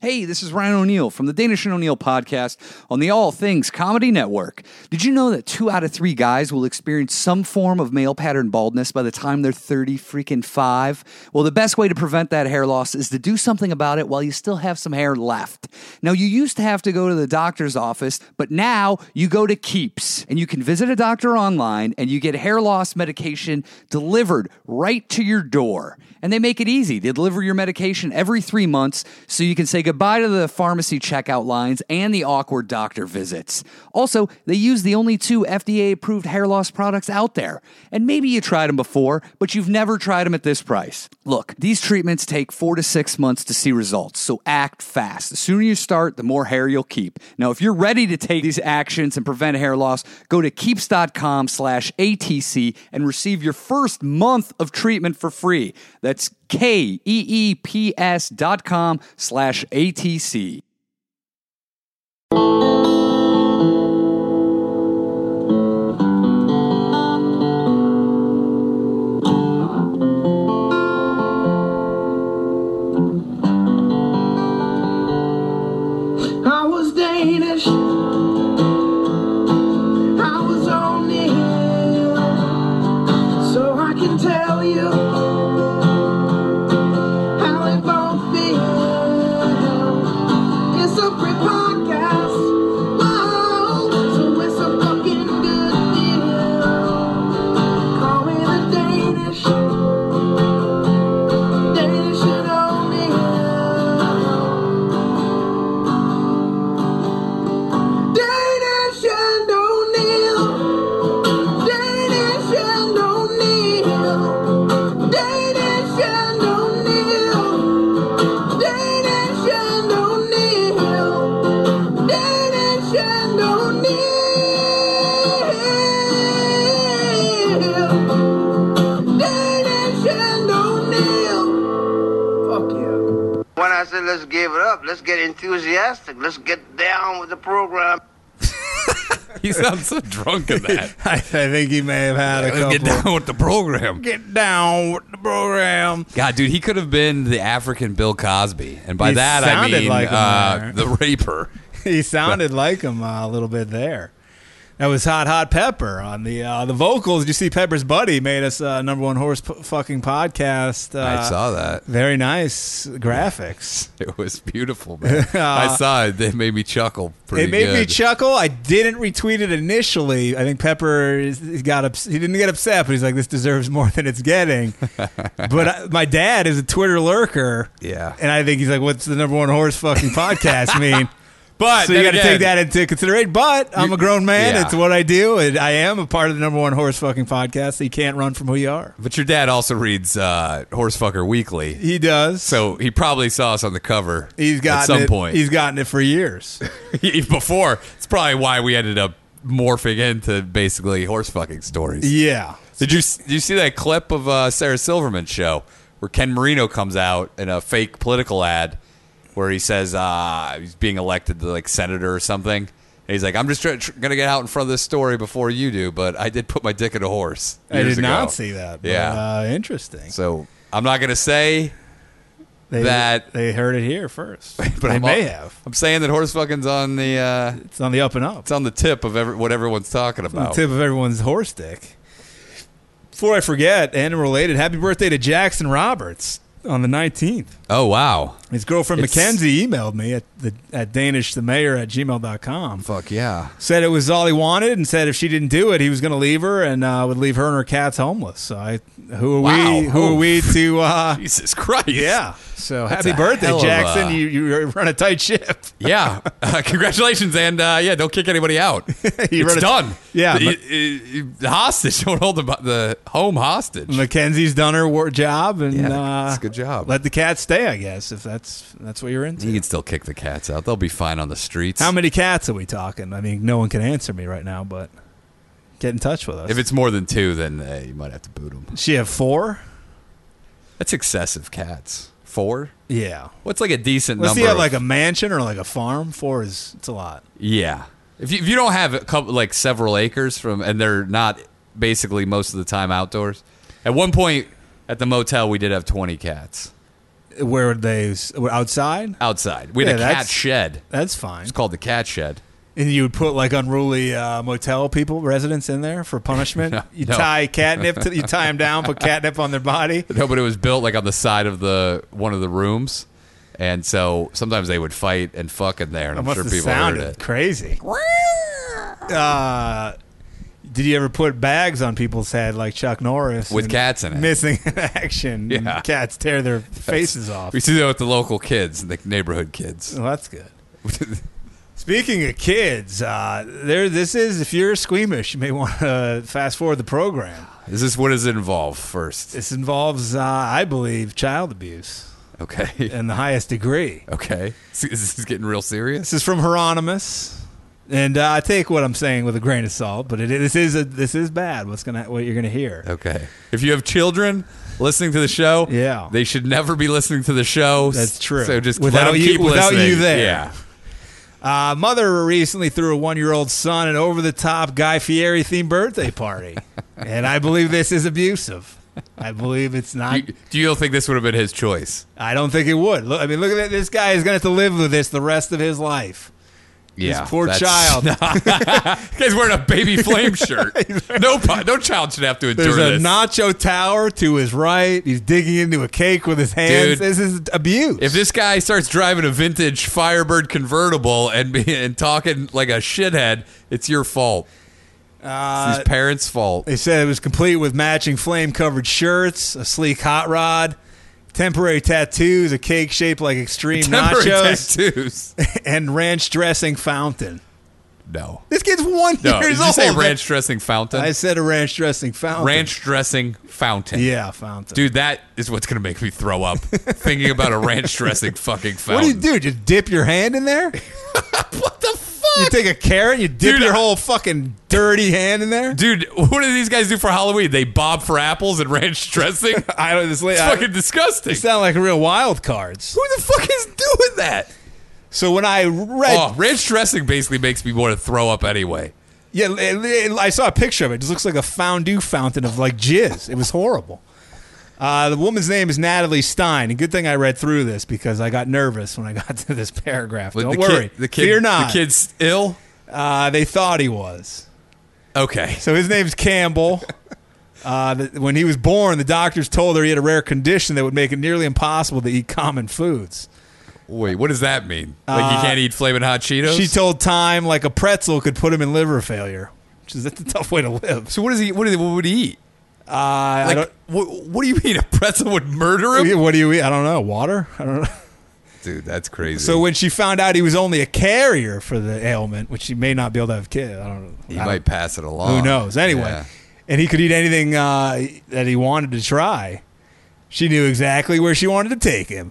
Hey, this is Ryan O'Neill from the Danish and O'Neill podcast on the All Things Comedy Network. Did you know that two out of three guys will experience some form of male pattern baldness by the time they're 30 freaking five? Well, the best way to prevent that hair loss is to do something about it while you still have some hair left. Now, you used to have to go to the doctor's office, but now you go to Keeps and you can visit a doctor online and you get hair loss medication delivered right to your door. And they make it easy. They deliver your medication every three months so you can say goodbye to the pharmacy checkout lines and the awkward doctor visits. Also, they use the only two FDA approved hair loss products out there. And maybe you tried them before, but you've never tried them at this price. Look, these treatments take four to six months to see results, so act fast. The sooner you start, the more hair you'll keep. Now, if you're ready to take these actions and prevent hair loss, go to keeps.com slash ATC and receive your first month of treatment for free. That's K E E P S dot com slash ATC. I was Danish. I was only here. So I can tell you how it won't feel. It's a free podcast. Whoa. So it's a fucking good deal. Call me the Danish. Danish and O'Neill. Danish and O'Neill. Danish and O'Neill. Danish and O'Neill. Danish and O'Neill. Danish and O'Neill. Danish and O'Neill. Fuck you. When I said let's give it up, let's get enthusiastic, let's get down with the program. He sounds so drunk in that. I, I think he may have had a couple. Let's get down with the program. Get down with the program. God, dude, he could have been the African Bill Cosby, and by He that I sounded mean like him uh, there. the raper. He sounded like him uh, a little bit there. That was hot, hot Pepper on the uh, the vocals. You see, Pepper's buddy made us uh, number one horse p- fucking podcast. Uh, I saw that. Very nice graphics. It was beautiful, man. I saw it. It made me chuckle. Pretty Uh, It made me good. chuckle. I didn't retweet it initially. I think Pepper is, he got ups- he didn't get upset, but he's like, "This deserves more than it's getting." but I, my dad is a Twitter lurker, Yeah. and I think he's like, "What's the number one horse fucking podcast mean?" But so you got got to take that into consideration. But I'm a grown man; yeah. it's what I do, and I am a part of the number one horse fucking podcast. So you can't run from who you are. But your dad also reads uh, Horsefucker Weekly, He does. so he probably saw us on the cover. he's gotten at some it, point. He's gotten it for years. before. It's probably why we ended up morphing into basically horse fucking stories. yeah. Did you did you see that clip of uh, Sarah Silverman's show where Ken Marino comes out in a fake political ad where he says uh, he's being elected to like senator or something? And he's like, I'm just tr- tr- gonna get out in front of this story before you do, but I did put my dick in a horse. I years did ago." not see that. But, Yeah. uh, interesting. So I'm not gonna say, They, that- they heard it here first, but they I'm may have. I'm saying that horse fucking's on the uh, It's on the up and up. it's on the tip of every, what everyone's talking on the about. tip of everyone's horse dick. Before I forget, and related, happy birthday to Jackson Roberts on the 19th. Oh wow, His girlfriend It's- Mackenzie emailed me at the at danishthemayor at gmail.com. fuck yeah. Said it was all he wanted and said if she didn't do it, he was going to leave her and uh, would leave her and her cats homeless. So I, who are Wow. we? Who Oh. are we to? Uh, Jesus Christ. yeah. So That's happy a birthday, hell of Jackson. a- You, you run a tight ship. yeah. Uh, congratulations, and uh, yeah, don't kick anybody out. it's wrote a- done. Yeah, the, but- the- the hostage. Don't hold the, the home hostage. Mackenzie's done her wor- job, and Yeah, uh, it's a good job. Let the cats stay, I guess, if that's that's what you're into. you can still kick the cats out. They'll be fine on the streets. How many cats are we talking? I mean, no one can answer me right now, but get in touch with us. If it's more than two, then uh, you might have to boot them. she have four, That's excessive. Cats four. yeah. What's like a decent Let's see, number? have of- like a mansion or like a farm. Four is it's a lot. yeah. If you, if you don't have a couple like several acres from, and they're not basically most of the time outdoors. At one point at the motel, we did have twenty cats. Where they were outside. outside. We had Yeah, a cat that's- shed. That's fine. It's called the cat shed. And you would put like unruly uh, motel people, residents in there for punishment. you no. tie catnip, to, you tie them down, put catnip on their body. No, but it was built like on the side of the one of the rooms, and so sometimes they would fight and fuck in there, and That I'm must sure have people heard sounded it. crazy. Uh, did you ever put bags on people's head like Chuck Norris With and cats in it. Missing in action. and Yeah. Cats tear their faces off. We see that with the local kids, the neighborhood kids. Well, that's good. Speaking of kids, uh, there. This is if you're squeamish, you may want to fast forward the program. Is this what does it involve first? This involves, uh, I believe, child abuse Okay. in the highest degree. Okay. Is this is getting real serious? This is from Hieronymus, and uh, I take what I'm saying with a grain of salt, but it, this is a, this is bad. What's gonna what you're gonna hear? Okay. If you have children listening to the show, Yeah. they should never be listening to the show. That's true. So just Without let them you- keep without you listening. there. Yeah. Uh, mother recently threw a one-year-old son an over-the-top Guy Fieri themed birthday party, and I believe this is abusive. I believe it's not. You- do you think this would have been his choice? I don't think it would. Look, I mean, look at that. This guy is going to have to live with this the rest of his life. Yeah, poor that's- child. He's wearing a baby flame shirt. No, pa- no child should have to endure There's a this. nacho tower to his right. He's digging into a cake with his hands. Dude. this is abuse. if this guy starts driving a vintage Firebird convertible and be- and talking like a shithead, it's your fault. it's Uh, his parents' fault. They said it was complete with matching flame covered shirts, a sleek hot rod, temporary tattoos, a cake shaped like extreme Temporary nachos, tattoos. and ranch dressing fountain. No, This kid's one no. years Did you old. say ranch dressing fountain? I said a ranch dressing fountain. ranch dressing fountain. Yeah, fountain. Dude, that is what's gonna make me throw up. thinking about a ranch dressing fucking what do fountain. you do? Just dip your hand in there? What the fuck? You take a carrot, you dip Dude, your I- whole fucking dirty hand in there? Dude, what do these guys do for Halloween? They bob for apples and ranch dressing? It's I don't this lady. fucking disgusting. They sound like real wild cards. Who the fuck is doing that? So when I read, Oh, ranch dressing basically makes me want to throw up anyway. yeah, it- it- I saw a picture of it. It just looks like a fondue fountain of like jizz. It was horrible. Uh, the woman's name is Natalie Stein, and good thing I read through this because I got nervous when I got to this paragraph. But Don't the worry, Kid, the kid, fear not. The kid's ill. uh, they thought he was. Okay. So his name's Campbell. Uh, the, when he was born, the doctors told her he had a rare condition that would make it nearly impossible to eat common foods. Wait, what does that mean? Like you Uh, can't eat flaming hot Cheetos? She told Time like a pretzel could put him in liver failure, which is that's a tough way to live. so what does he? What, do they- what would he eat? I- I Like, don't, what, what do you mean a pretzel would murder him? What do you eat? I don't know. Water? I don't know. Dude, that's crazy. So when she found out he was only a carrier for the ailment, which he may not be able to have kids, I don't know. he I don't- might pass it along. Who knows? Anyway, Oh, Yeah. and he could eat anything uh, that he wanted to try. She knew exactly where she wanted to take him.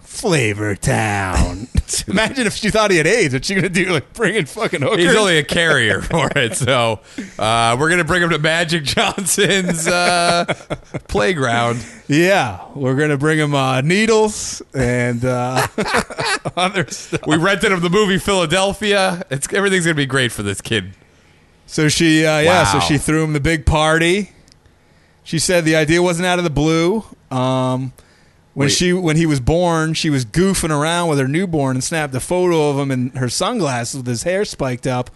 Flavor Town. Imagine if she thought he had AIDS. What's she gonna do? Like bring in fucking hookers? He's only a carrier for it, so uh, we're gonna bring him to Magic Johnson's uh, playground. yeah, we're gonna bring him uh, needles and uh, other stuff. We rented him the movie Philadelphia. It's everything's gonna be great for this kid. So she, uh, yeah, so Wow. she threw him the big party. She said the idea wasn't out of the blue. Um, when Wait. she when he was born, she was goofing around with her newborn and snapped a photo of him in her sunglasses with his hair spiked up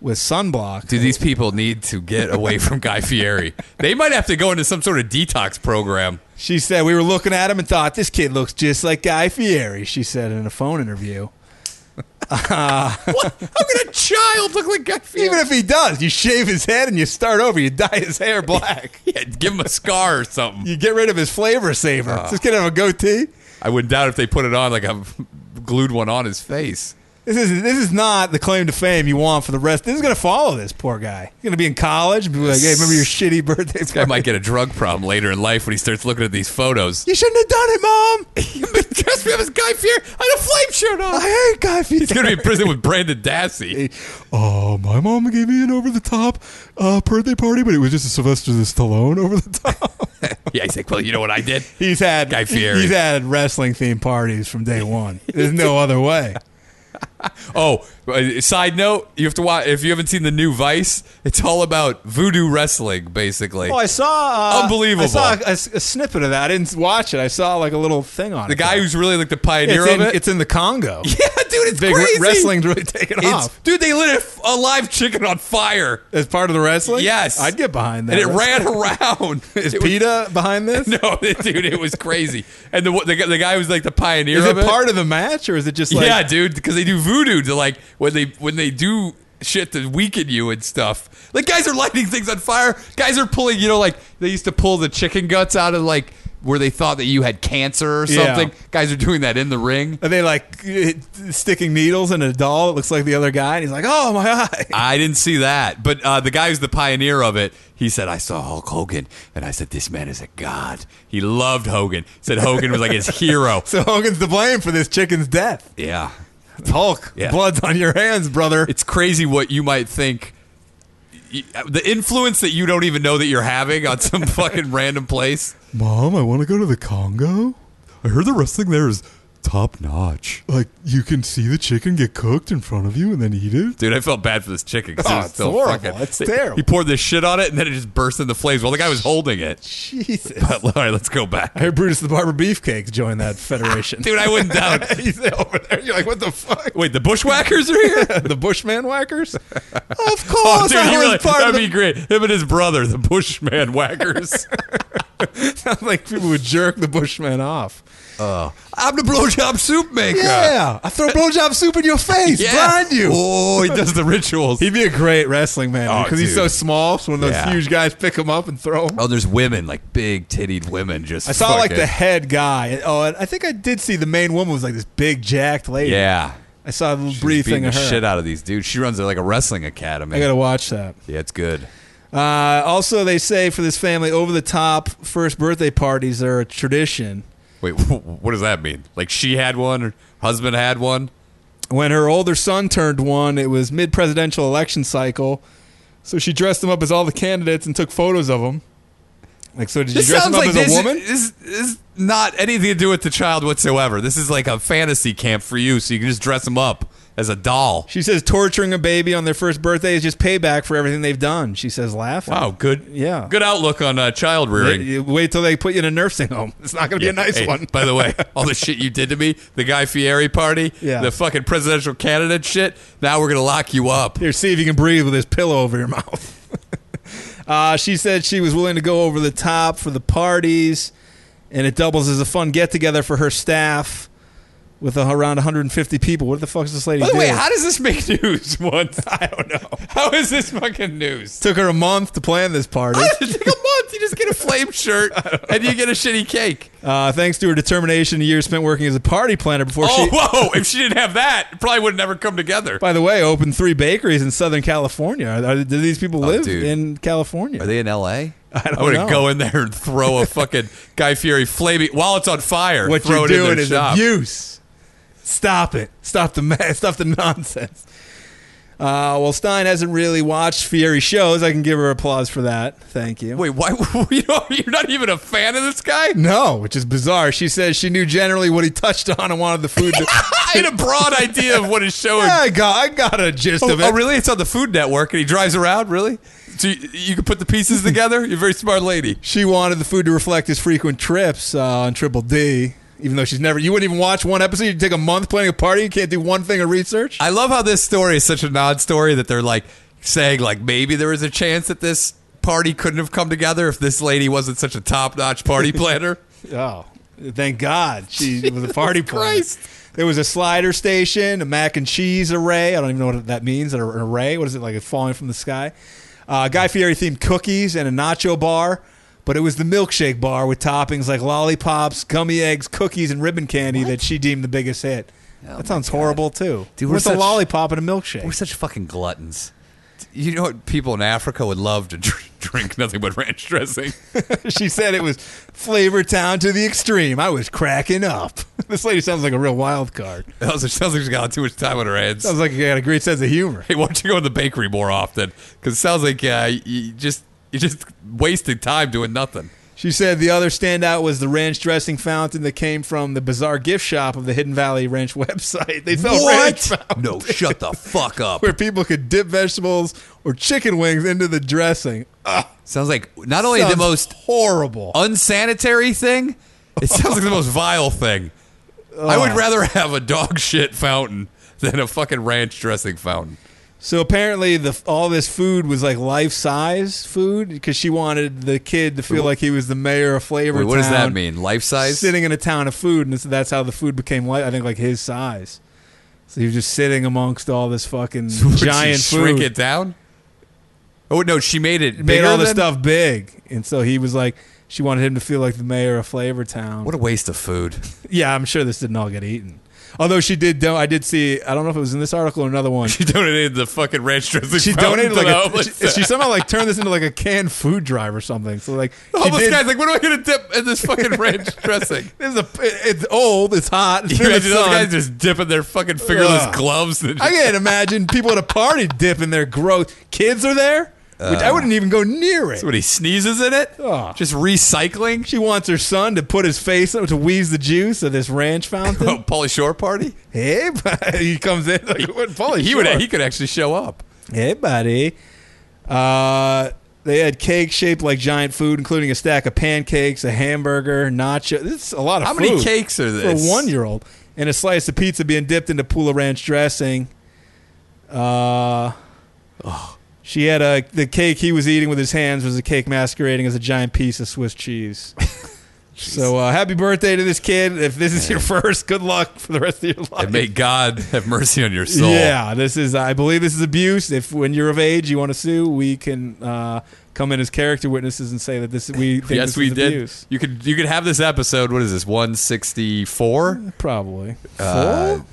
with sunblock. Do these people need to get away from Guy Fieri? They might have to go into some sort of detox program. She said we were looking at him and thought this kid looks just like Guy Fieri. She said in a phone interview. What? How could a child look like Guy Fieri? Even if he does, you shave his head and you start over. You dye his hair black. yeah, give him a scar or something. You get rid of his flavor saver. Ah. Does this kid have a goatee? I wouldn't doubt if they put it on like a glued one on his face. This is this is not the claim to fame you want for the rest. This is gonna follow this poor guy. He's gonna be in college and be like, "Hey, remember your shitty birthday Guy party? might get a drug problem later in life when he starts looking at these photos. You shouldn't have done it, mom. Trust me, I was Guy Fieri. I had a flame shirt on. I hate Guy Fieri. He's gonna be in prison with Brandon Dassey. Oh, my mom gave me an over the top uh, birthday party, but it was just a Sylvester Stallone over the top. Yeah, he's like, well, you know what I did? he's had Guy Fieri. He's had wrestling themed parties from day one. There's no other way. Oh, uh, side note: you have to watch if you haven't seen the new Vice. It's all about voodoo wrestling, basically. Oh, I saw. Uh, Unbelievable. I saw a, a s- a snippet of that. I didn't watch it. I saw like a little thing on the it. guy who's really like the it's pioneer in, of it. it's in the Congo. yeah, dude, it's Big re- crazy. wrestling's really taken It's- off dude, they lit a, f- a live chicken on fire. as part of the wrestling. Yes. I'd get behind that. and it That's- ran around. Is It was- PETA behind this? no, dude, it was crazy. And the the, guy- the guy was like the pioneer Is of it part of the match or is it just like yeah, dude, because they do voodoo to like when they when they do shit to weaken you and stuff. Like guys are lighting things on fire. Guys are pulling, you know, like they used to pull the chicken guts out of like where they thought that you had cancer or Yeah. something. Guys are doing that in the ring. Are they like sticking needles in a doll that looks like the other guy? And he's like, oh my eye. I didn't see that, but uh, the guy who's the pioneer of it, he said, "I saw Hulk Hogan, and I said this man is a god. He loved Hogan. Said Hogan was like his hero. So Hogan's to blame for this chicken's death. Yeah, It's Hulk. Yeah. Blood's on your hands, brother. it's crazy what you might think y- uh, the influence that you don't even know that you're having on some fucking random place. Mom, I want to go to the Congo. I heard the wrestling there is top notch. Like, you can see the chicken get cooked in front of you and then eat it. Dude, I felt bad for this chicken. 'cause it Oh, was it's still horrible. Fucking, It's he- terrible. He poured this shit on it, and then it just burst into flames while the guy was holding it. Jesus. But all right, let's go back. I heard Brutus the Barber Beefcake joined that federation. Dude, I wouldn't doubt. He's over there. You're like, what the fuck? Wait, the bushwhackers are here? the Bushman whackers? of course. Oh, dude, I he was really, part of that'd the- be great. Him and his brother, the Bushman Whackers. Sounds like people would jerk the Bushman off. I'm the blowjob soup maker. Yeah, I throw blowjob soup in your face, Yeah. blind you. Oh, he does the rituals. He'd be a great wrestling man Oh, because he's dude. so small. So when those Yeah. huge guys pick him up and throw him, Oh, there's women like big tittied women just. I saw like the fucking- head guy. Oh, and I think I did see the main woman was like this big jacked lady. yeah. I saw a little She's brief beating thing of the her. shit out of these dudes. She runs like a wrestling academy. I gotta watch that. yeah, it's good. Uh, also, they say for this family, over the top first birthday parties are a tradition. Wait, what does that mean? Like she had one, her husband had one. when her older son turned one, it was mid presidential election cycle. So she dressed him up as all the candidates and took photos of him. Like, so did you dress him up as this a woman? Is, is not anything to do with the child whatsoever. This is like a fantasy camp for you, so you can just dress him up as a doll. She says torturing a baby on their first birthday is just payback for everything they've done. She says, laughing. Wow, good. Yeah. good outlook on uh, child Wait, rearing. you- wait till they put you in a nursing home. It's not going to be a nice Hey, one. By the way, all the shit you did to me, the Guy Fieri party, Yeah. the fucking presidential candidate shit, now we're going to lock you up. Here, see if you can breathe with this pillow over your mouth. uh, she said she was willing to go over the top for the parties, and it doubles as a fun get together for her staff with around 150 people. What the fuck is this lady By the way, doing? how does this make news once? I don't know. How is this fucking news? Took her a month to plan this party. It took a month. You just get a flame shirt and you get a shitty cake. Uh, thanks to her determination, a year spent working as a party planner before Oh, she, whoa. If she didn't have that, it probably would have never come together. by the way, opened three bakeries in Southern California. Are, are- do these people live Oh, dude. in California? Are they in L.A.? I don't I would know. go in there and throw a fucking Guy Fieri flaming while it's on fire. what throw you're it in doing their is shop. abuse. Stop it. Stop the mess. Stop the nonsense. Uh, well, Stein hasn't really watched Fieri shows. I can give her applause for that. Thank you. Wait, why? You know, you're not even a fan of this guy? No, which is bizarre. She says she knew generally what he touched on and wanted the food. To- I had a broad idea of what his show yeah, is. I got, I got a gist Oh, of it. oh, really? It's on the Food Network, and he drives around. Really? So you, you can put the pieces together. You're a very smart lady. She wanted the food to reflect his frequent trips uh, on Triple D. Even though she's never, you wouldn't even watch one episode. You'd take a month planning a party. You can't do one thing of research. I love how this story is such a non-story that they're like saying like maybe there was a chance that this party couldn't have come together if this lady wasn't such a top-notch party planner. Oh, thank God she was a party planner. Christ. There was a slider station, a mac and cheese array. I don't even know what that means. An array? What is it like? It's falling from the sky. Uh, Guy Fieri themed cookies and a nacho bar, but it was the milkshake bar with toppings like lollipops, gummy eggs, cookies, and ribbon candy that she deemed the biggest hit. that sounds horrible Oh too. Dude, we're What's a such- lollipop and a milkshake? We're such fucking gluttons. You know what? People in Africa would love to dr- drink nothing but ranch dressing. she said it was flavor town to the extreme. I was cracking up. this lady sounds like a real wild card. That also sounds like she's got too much time on her hands. Sounds like she got a great sense of humor. hey, why don't you go to the bakery more often? Because it sounds like uh, you just you're just wasting time doing nothing. She said the other standout was the ranch dressing fountain that came from the bizarre gift shop of the Hidden Valley Ranch website. They sell ranch fountain No, shut the fuck up. where people could dip vegetables or chicken wings into the dressing. Sounds like not only the Sounds most horrible. unsanitary thing, it sounds like the most vile thing. I would rather have a dog shit fountain than a fucking ranch dressing fountain. So apparently, the all this food was like life size food because she wanted the kid to feel like he was the mayor of Flavor. Wait, what does that mean? Life size? Sitting in a town of food, and so that's how the food became like I think like his size. So he was just sitting amongst all this fucking Would she giant shrink food. it down? Oh no, she made it. made bigger all the than- stuff big, and so he was like, she wanted him to feel like the mayor of Flavor Town. What a waste of food. yeah, I'm sure this didn't all get eaten. Although she did, do- I did see. I don't know if it was in this article or another one. She donated the fucking ranch dressing. She fountain donated to like the a, homeless. she, she somehow like turned this into like a canned food drive or something. So like The she homeless did- guy's like, what am I gonna dip in this fucking ranch dressing? this is a, it's old, it's hot. It's You in the imagine those sun. guys just dipping their fucking fingerless Ugh. gloves. And I can't imagine people at a party dipping their gross. Kids are there, which I wouldn't even go near it. Uh, Somebody sneezes in it. Ugh. Just recycling. She wants her son to put his face up to wheeze the juice of this ranch fountain. Oh, Pauly Shore party. Hey, buddy. he comes in like, what, Pauly he would. Shore? He could actually show up. Hey, buddy. Uh, they had cake shaped like giant food, including a stack of pancakes, a hamburger, nacho. This is a lot of How food. many cakes are for a this? one year old? And a slice of pizza being dipped into Pula Ranch dressing. Uh, she had a the cake he was eating with his hands was a cake masquerading as a giant piece of Swiss cheese. so uh, happy birthday to this kid! If this is your first, good luck for the rest of your life. And may God have mercy on your soul. Yeah, this is. I believe this is abuse. If when you're of age, you want to sue, we can uh, come in as character witnesses and say that this we think Yes, this we is did. abuse. You could. You could have this episode. What is this? One sixty four. Probably. Uh, Four?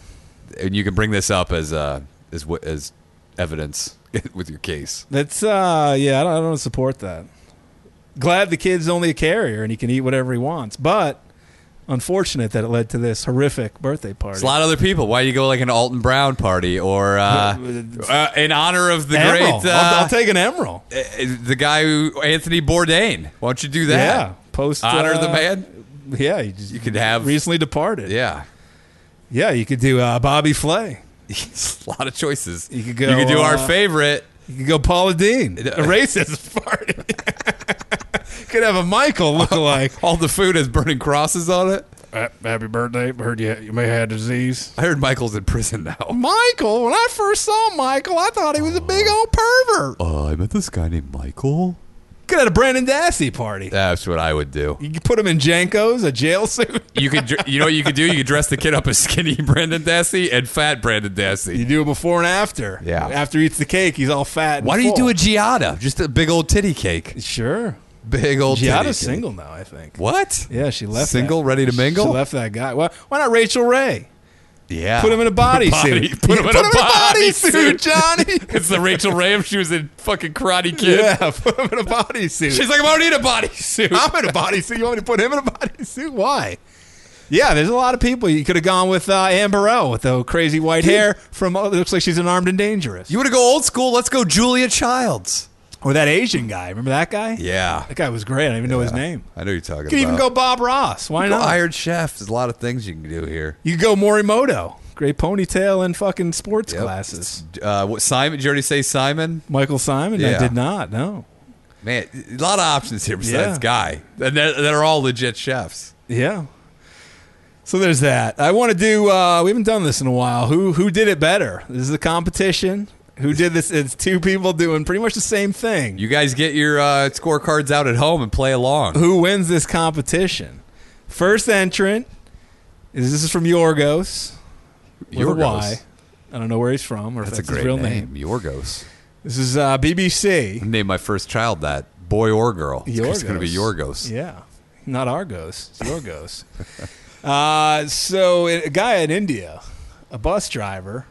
And you can bring this up as uh as wh- as evidence with your case. That's uh, yeah. I don't, I don't support that. Glad the kid's only a carrier and he can eat whatever he wants, but unfortunate that it led to this horrific birthday party. There's a lot of other people. Why you go like an Alton Brown party or uh, uh, in honor of the Emerald. great uh, I'll, I'll take an emerald. uh, the guy who Anthony Bourdain. Why don't you do that? Yeah, post, honor uh, the man. Yeah, you, just, You could have- recently departed. Yeah. yeah, you could do uh, Bobby Flay. It's a lot of choices. You could go, You could do our uh, favorite. You could go Paula Dean, a racist party. could have a Michael look Oh. alike. All the food has burning crosses on it. Uh, happy birthday! Heard you you may have disease. I heard Michael's in prison now. Michael, when I first saw Michael, I thought he was a big old pervert. Uh, I met this guy named Michael. Could have a Brandon Dassey party. That's what I would do. You could put him in Jankos, a jail suit. You could, dr- you know, what you could do. You could dress the kid up as skinny Brandon Dassey and fat Brandon You Dassey. do it before and after. Yeah. After he eats the cake, he's all fat. and Why don't you do full. a Giada? Just a big old titty cake. Sure. Big old titty Giada's cake. single now, I think. What? Yeah, she left. Single, that- ready to mingle? She left that guy. Why, why not Rachel Ray? Yeah. Put him in a bodysuit. Body- Yeah, Put him in a bodysuit, Johnny. It's the Rachel Ray if she was in fucking Karate Kid. yeah, put him in a bodysuit. She's like, I don't need a bodysuit. I'm in a bodysuit. You want me to put him in a bodysuit? Why? Yeah, there's a lot of people. You could have gone with uh, Anne Burrell with the crazy white hair from. Oh, it looks like she's an armed and dangerous. You want to go old school? Let's go Julia Childs. or that Asian guy. Remember that guy? Yeah. That guy was great. I don't even know his name. I know you're talking You could even about. go Bob Ross. Why Go not? Iron Chef. There's a lot of things you can do here. You could go Morimoto. Great ponytail and fucking sports Yep. glasses. Uh, what Simon? Did you already say Simon? Michael Simon? Yeah. I did not. No. Man, a lot of options here besides Yeah. Guy, and that that are all legit chefs. Yeah. So there's that. I want to do. Uh, we haven't done this in a while. Who who did it better? This is a competition. Who did this? It's two people doing pretty much the same thing. You guys get your uh, scorecards out at home and play along. who wins this competition? First entrant is this is from Yorgos. with a Yorgos. Y. I don't know where he's from or That's, if that's a great his real name. Yorgos. This is uh, BBC. Name my first child that, boy or girl. It's, Yorgos. going to be Yorgos. Yeah, not Argos. It's Yorgos. uh, so a guy in India, a bus driver,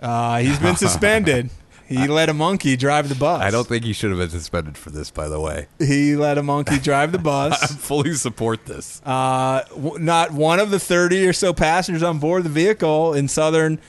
uh, he's been suspended. He let a monkey drive the bus. I don't think he should have been suspended for this. By the way, he let a monkey drive the I bus. fully support this. Uh, w- not one of the 30 or so passengers on board the vehicle in southern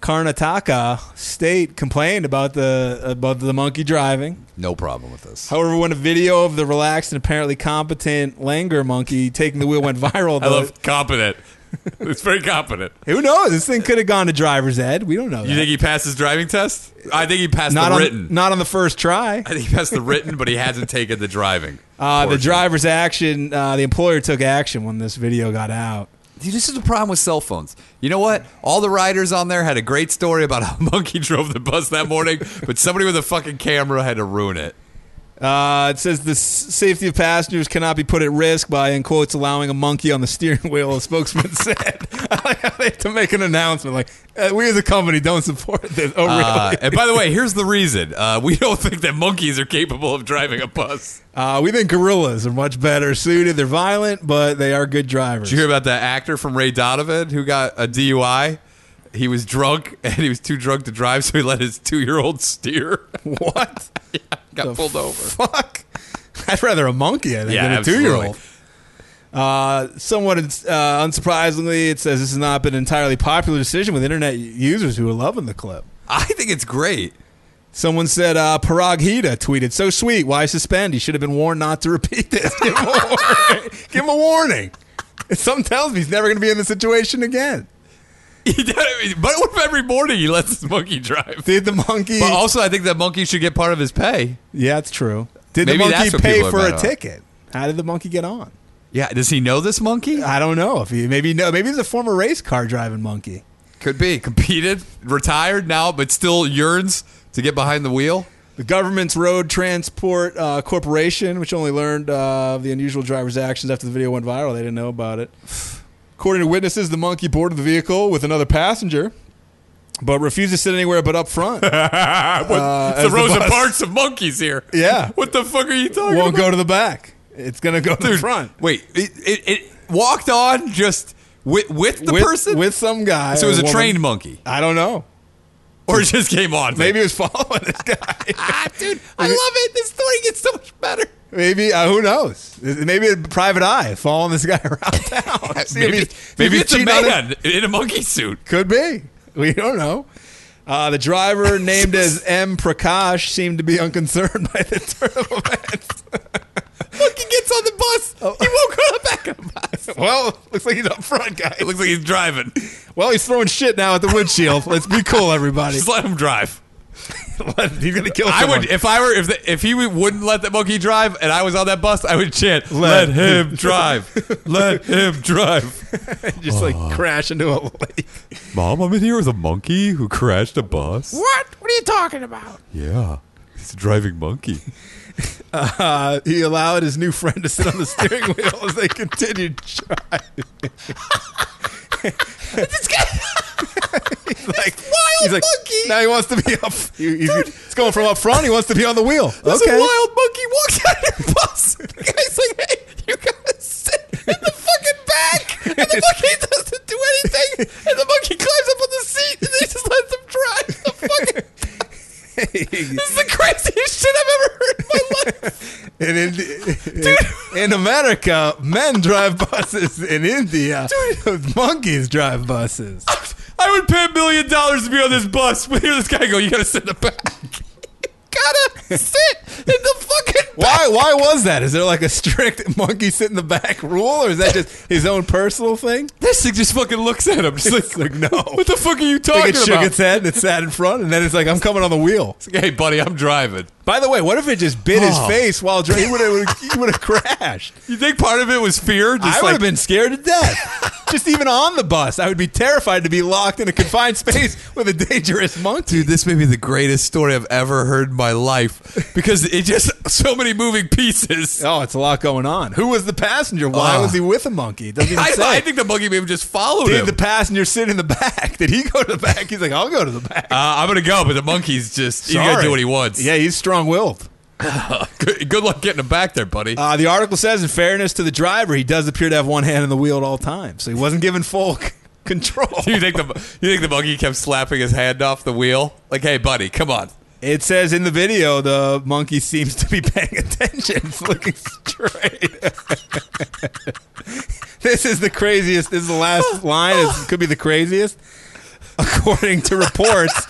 Karnataka state complained about the about the monkey driving. No problem with this. However, when a video of the relaxed and apparently competent Langer monkey taking the wheel went viral, I though- love competent. it's very competent. who knows? This thing could have gone to driver's ed. We don't know. You that. think he passed his driving test? I think he passed not the on written. not on the first try. I think he passed the written, but he hasn't taken the driving. Uh, the portion. driver's action. Uh, the employer took action when this video got out. Dude, this is the problem with cell phones. You know what? All the riders on there had a great story about how a monkey drove the bus that morning, but somebody with a fucking camera had to ruin it. Uh, it says the s- safety of passengers cannot be put at risk by, in quotes, allowing a monkey on the steering wheel. A spokesman said they have to make an announcement like, uh, "We as a company don't support this." Oh, really? Uh, and by the way, here's the reason. Uh, we don't think that monkeys are capable of driving a bus. Uh, we think gorillas are much better suited. They're violent, but they are good drivers. Did you hear about that actor from Ray Donovan who got a DUI? He was drunk and he was too drunk to drive, so he let his two year old steer. what? got The pulled over. Fuck. I'd rather a monkey, I think, Yeah, than a two absolutely. year old. Uh, somewhat uh, unsurprisingly, it says this has not been an entirely popular decision with internet users who are loving the clip. I think it's great. Someone said uh, Parag Hita tweeted, "So sweet, why suspend? He should have been warned not to repeat this. Give him a warning. Give him a warning. Something tells me he's never going to be in this situation again." He did it- but what if every morning he lets his monkey drive? Did the monkey? But also, I think that monkey should get part of his pay. yeah, it's true. Did Maybe the that's monkey what pay people are for mad a about. ticket? How did the monkey get on? Yeah, does he know this monkey? I don't know if he maybe no maybe he's a former race car driving monkey. Could be. Competed, retired now, but still yearns to get behind the wheel. The government's road transport uh, corporation, which only learned uh, of the unusual driver's actions after the video went viral, they didn't know about it. According to witnesses, the monkey boarded the vehicle with another passenger, but refused to sit anywhere but up front. Uh, it's as the the Rosa bus- Parks of monkeys here. Yeah. What the fuck are you talking Won't about? go to the back. It's gonna go to the front. Wait, it, it, it walked on just with, with the with, person? with some guy. so it was a woman. trained monkey. I don't know. Or it just came on. Maybe he was following this guy. Ah, dude, I love it. This story gets so much better. Maybe uh, who knows? Maybe a private eye following this guy around town. See if Maybe, he's- maybe if he's it's a cheating on his- man in a monkey suit. Could be. We don't know. Uh, the driver, named as M. Prakash, seemed to be unconcerned by the turn of events. Monkey gets on the bus. Oh. He won't go to the back of the bus. well, looks like he's up front, guys. It looks like he's driving. Well, he's throwing shit now at the windshield. Let's be cool, everybody. Just let him drive. he's gonna kill. I someone. would if I were if the, if he wouldn't let that monkey drive and I was on that bus, I would chant, "Let, Let him drive, let him drive." just like crash into a lake. Mom, I'm in here with a monkey who crashed a bus. What? What are you talking about? Yeah, he's a driving monkey. Uh, he allowed his new friend to sit on the steering wheel as they continued driving. he's like, wild monkey. Now he wants to be up. he- he's, he's going from up front. He wants to be on the wheel. There's okay. a wild monkey walks out of your bus. The guy's like, "Hey, you gotta sit in the fucking back," and the monkey doesn't do anything, and the monkey climbs up on the seat, and they just let them drive the fucking. This is the craziest shit I've ever heard in my life. In, Indi- in America, men drive buses. In India, monkeys drive buses. I would pay a million dollars to be on this bus. We hear this guy go, you gotta sit in the back. You gotta sit in the fucking back. Why? Why was that? Is there like a strict monkey sit in the back rule, or is that just his own personal thing? This thing just fucking looks at him. Just like, like, no. What the fuck are you Like talking it shook about? its head and it sat in front, and then it's like, I'm coming on the wheel. hey, buddy, I'm driving. By the way, what if it just bit his Oh. face while driving? He would have he would have crashed. You think part of it was fear? Just I would like, have been scared to death. just even on the bus, I would be terrified to be locked in a confined space with a dangerous monkey. Dude, this may be the greatest story I've ever heard in my life because it just so many moving pieces. Oh, it's a lot going on. Who was the passenger? Why Ah. was he with a monkey? It doesn't even I, say. I think the monkey maybe just followed Did him. the passenger sit in the back? Did he go to the back? He's like, I'll go to the back. uh, I'm gonna go, but the monkey's just he's gonna Sorry. do what he wants. Yeah, he's strong-willed. Good, good luck getting him back there, buddy. Uh, the article says, in fairness to the driver, he does appear to have one hand on the wheel at all times, so he wasn't given full c- control. you think the you think the monkey kept slapping his hand off the wheel? Like, hey, buddy, come on. It says in the video the monkey seems to be paying attention, It's looking straight. this is the craziest. This is the last line. It could be the craziest. According to reports,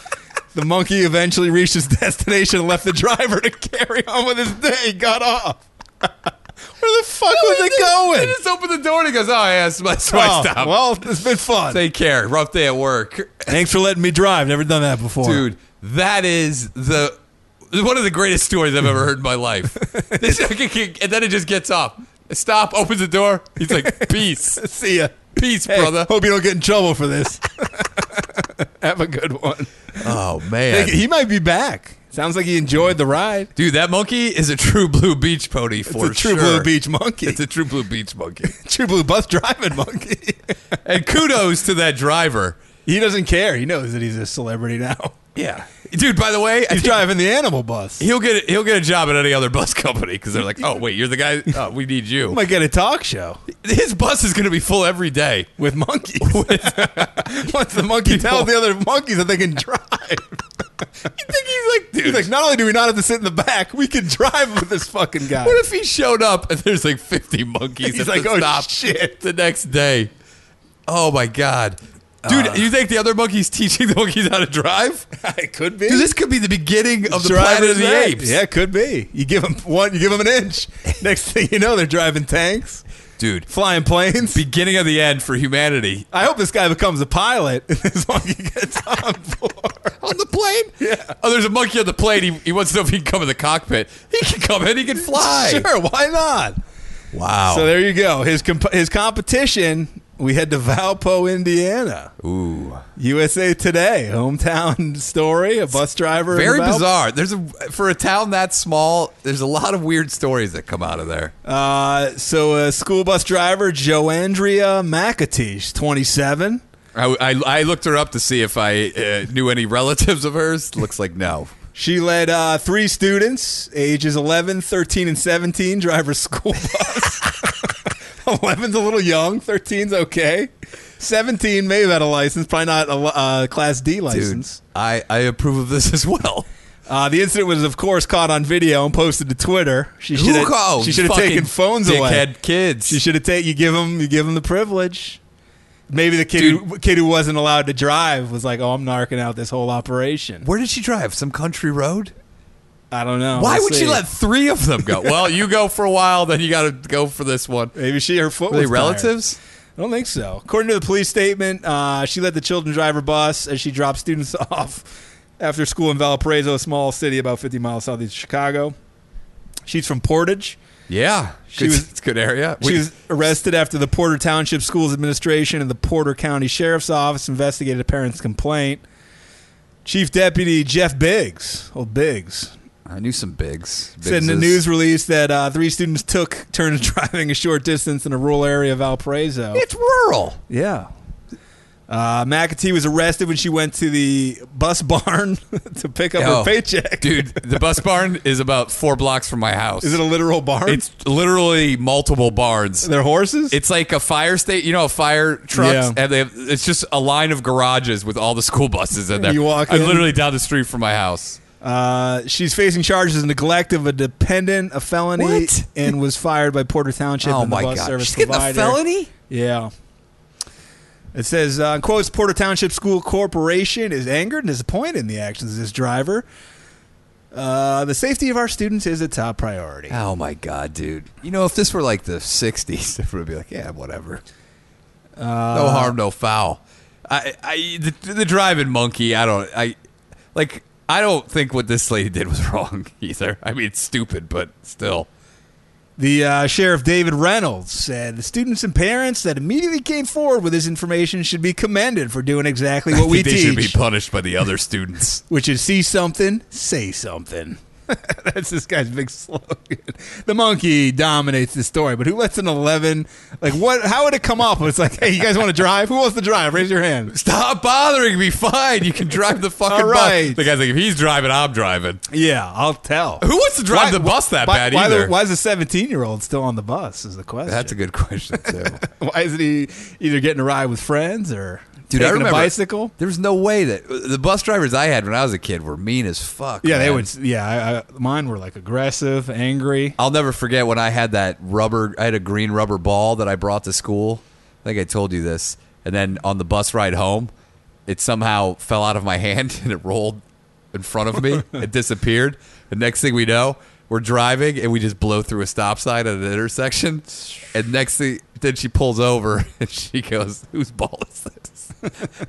the monkey eventually reached his destination and left the driver to carry on with his day. He got off. Where the fuck was it They going? just opened the door and he goes, "Oh yeah, so I Oh, stopped." well, it's been fun. Take care. Rough day at work, Thanks for letting me drive. Never done that before. dude. That is the one of the greatest stories I've ever heard in my life. This fucking kid- and then it just gets off. Stop. Opens the door. He's like, "Peace, See ya. peace, Hey, brother." Hope you don't get in trouble for this. Have a good one. Oh man, He might be back. Sounds like he enjoyed the ride. dude, that monkey is a true blue beach pony for it's a true sure. blue beach monkey. It's a true blue beach monkey. true blue bus driving monkey. And kudos to that driver. he doesn't care. He knows that he's a celebrity now. Yeah, dude. By the way, I He's think driving the animal bus. He he'll get he'll get a job at any other bus company because they're like, "Oh wait, you're the guy. Oh, we need you." might get a talk show His bus is going to be full every day. with monkeys. Once the monkey tells the other monkeys that they can drive. you think he's like, dude? He's like, not only do we not have to sit in the back, we can drive with this fucking guy. What if he showed up and there's like 50 monkeys He's at like, the "Oh, stop shit." the next day? Oh my god, dude! Uh. you think the other monkeys teaching the monkeys how to drive? it could be. Dude, this could be the beginning of the Drive Planet is of the right. Apes. Yeah, could be. You give them one, you give them an inch. Next thing you know, they're driving tanks, dude. flying planes. Beginning of the end for humanity. I hope this guy becomes a pilot. As long as he gets on board. on the plane? Yeah. Oh, there's a monkey on the plane. He, he wants to know if he can come in the cockpit. He can come in. He can fly. Sure, why not? Wow. So there you go. His comp- his competition. We head to Valpo, Indiana. Ooh. USA Today, hometown story. A bus driver. in Very Valpo. bizarre. There's a for a town that small. There's a lot of weird stories that come out of there. Uh, so a school bus driver, Joandria McAteesh, 27. I, I, I looked her up to see if I uh, knew any relatives of hers. Looks like no. She led uh, three students, ages 11, 13, and 17, drive her school bus. 11's a little young, 13's okay. 17 may have had a license, probably not a li- uh, Class D Dude, license. I, I approve of this as well. Uh, the incident was, of course, caught on video and posted to Twitter. She should Who called? have she should have Fucking taken phones dickhead away. kids. She should have taken. You give them. You give them the privilege. Maybe the kid, Dude. who, kid who wasn't allowed to drive was like, "Oh, I'm narking out this whole operation." Where did she drive? Some country road? I don't know. Why We'll would she see. let three of them go? well, you go for a while, then you got to go for this one. Maybe she her foot Were they was tired. relatives? I don't think so. According to the police statement, uh, she let the children drive her bus as she dropped students off after school in Valparaiso, a small city about 50 miles southeast of Chicago. She's from Portage. Yeah, good, She was- it's a good area. She was arrested after the Porter Township Schools Administration and the Porter County Sheriff's Office investigated a parent's complaint. Chief Deputy Jeff Biggs, old Biggs, I knew some bigs. said in a Bigses. news release that uh, three students took turns driving a short distance in a rural area of Valparaiso. it's rural. Yeah. Uh, McAtee was arrested when she went to the bus barn to pick up Yo, her paycheck. dude. The bus barn is about four blocks from my house. Is it a literal barn? it's literally multiple barns. Their horses? It's like a fire state, you know, a fire trucks, Yeah. and they have, it's just a line of garages with all the school buses in there. You walk I'm in. literally down the street from my house. uh, she's facing charges of neglect of a dependent, a felony, What? and was fired by Porter Township oh and the my bus god, service she's getting provider. a felony. Yeah. It says, uh, in quotes, Porter Township School Corporation is angered and disappointed in the actions of this driver. Uh, the safety of our students is a top priority. Oh my god, dude. You know, if this were like the '60s, it would be like, yeah, whatever. Uh, no harm, no foul. I, I, the, the driving monkey. I don't, I, like, I don't think what this lady did was wrong either. I mean, it's stupid, but still. The uh, sheriff David Reynolds said the students and parents that immediately came forward with this information should be commended for doing exactly what we they should be teach, punished by the other students. which is see something, say something. That's this guy's big slogan. The monkey dominates the story, but who lets an eleven? Like what? How would it come off? It's like, hey, you guys want to drive? Who wants to drive? Raise your hand. Stop bothering me. Fine, you can drive the fucking All bus. right. The guy's like, if he's driving, I'm driving. Yeah, I'll tell. Who wants to drive Why- the bus that Why, bad why, either? the, why is a seventeen-year-old still on the bus? Is the question. That's a good question too. Why isn't he either getting a ride with friends or Dude, I taking remember a bicycle? There was no way that the bus drivers I had when I was a kid were mean as fuck. Yeah, they man. would. Yeah, I, I, mine were like aggressive, angry. I'll never forget when I had that rubber. I had a green rubber ball that I brought to school. I think I told you this. And then on the bus ride home, it somehow fell out of my hand and it rolled in front of me. it disappeared. The next thing we know, we're driving and we just blow through a stop sign at an intersection. And next thing, then she pulls over and she goes, "Whose ball is this?"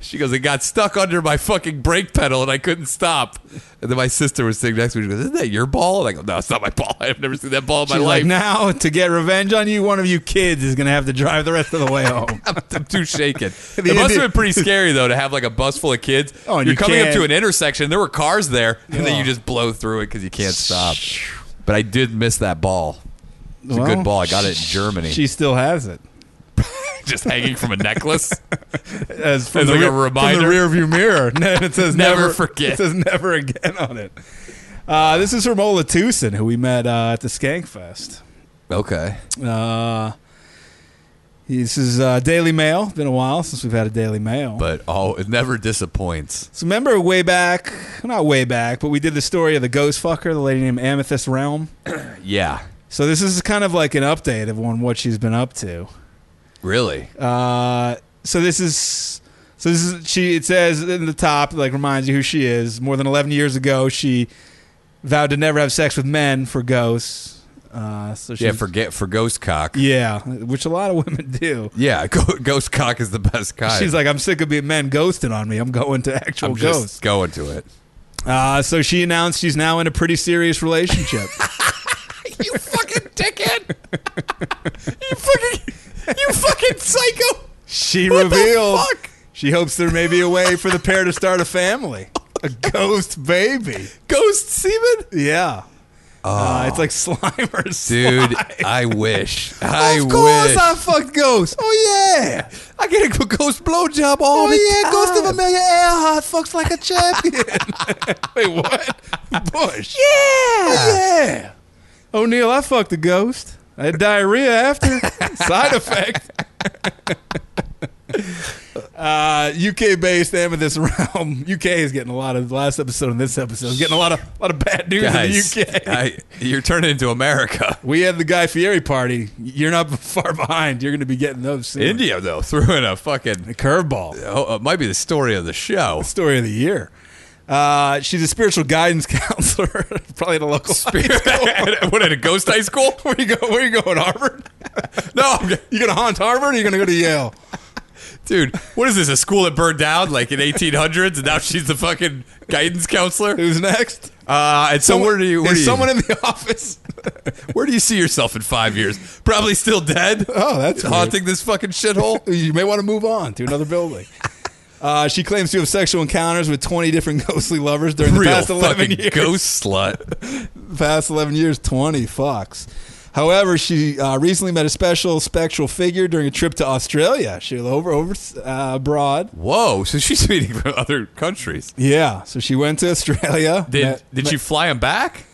she goes, "It got stuck under my fucking brake pedal and I couldn't stop." And then my sister was sitting next to me. She goes, "Isn't that your ball?" And I go, "No, it's not my ball. I've never seen that ball in my She's life." like, now to get revenge on you, one of you kids is going to have to drive the rest of the way home. I'm, I'm too shaken. It you must did- have been pretty scary though to have like a bus full of kids. Oh, and you're you coming up can't- Oh. to an intersection. There were cars there, and then Yeah. you just blow through it because you can't stop. But I did miss that ball. It's a Well, good ball. I got it in Germany. she still has it. just hanging from a necklace. As from As the like a rear, reminder? from the rearview mirror. And it says Never never, forget. It says never again on it. Uh, this is from Ola Tucson, who we met uh, at the Skankfest. Okay. Uh, this is uh, Daily Mail. Been a while since we've had a Daily Mail. But oh, it never disappoints. so remember way back, not way back, but we did the story of the ghost fucker, the lady named Amethyst Realm. Yeah. So this is kind of like an update of on what she's been up to. Really? Uh, so this is so this is she. It says in the top, like reminds you who she is. More than eleven years ago, she vowed to never have sex with men for ghosts. Uh, so she, yeah, forget for ghost cock. Yeah, yeah, which a lot of women do. go- ghost cock is the best kind. She's like, I'm sick of being men ghosted on me. I'm going to actual I'm just ghosts. going to it. Uh, so she announced she's now in a pretty serious relationship. You fucking dickhead! you fucking, you fucking psycho! she What the revealed fuck? she hopes there may be a way for the pair to start a family, a ghost baby. Ghost semen? Yeah. Uh, it's like Slimer's. Dude, I wish. I of course wish. I fucked Ghost. Oh, yeah. I get a ghost blowjob all Oh, the yeah. time. Ghost of Amelia Earhart fucks like a champion. Wait, what? Bush. Yeah. Oh, yeah. O'Neill, I fucked a ghost. I had diarrhea after. Side effect. Uh, UK based Amethyst Realm. UK is getting a lot of last episode and this episode is getting a lot of a lot of bad news Guys, in the UK. I, you're turning into America. We had the Guy Fieri party. You're not far behind. You're going to be getting those soon. India, though, threw in a The fucking. curveball. Oh, it might be the story of the show. Story of the year. Uh, she's a spiritual guidance counselor, probably at a local Spirit. what at a ghost high school? Where you go? Where you going? Harvard? No, I'm- You going to haunt Harvard? or You going to go to Yale? dude. What is this? A school that burned down like in 1800s, and now she's the fucking guidance counselor. Who's next? Uh, and so where do you? Where do There's you, someone in the office. Where do you see yourself in five years? Probably still dead. Oh, that's weird. haunting this fucking shithole. you may want to move on to another building. Uh, she claims to have sexual encounters with 20 different ghostly lovers during the Real past 11 fucking years. ghost slut. past 11 years, 20 fucks. However, she uh, recently met a special spectral figure during a trip to Australia. She was over over uh, abroad. Whoa! So she's meeting from other countries. Yeah, so she went to Australia. Did met- did she fly him back?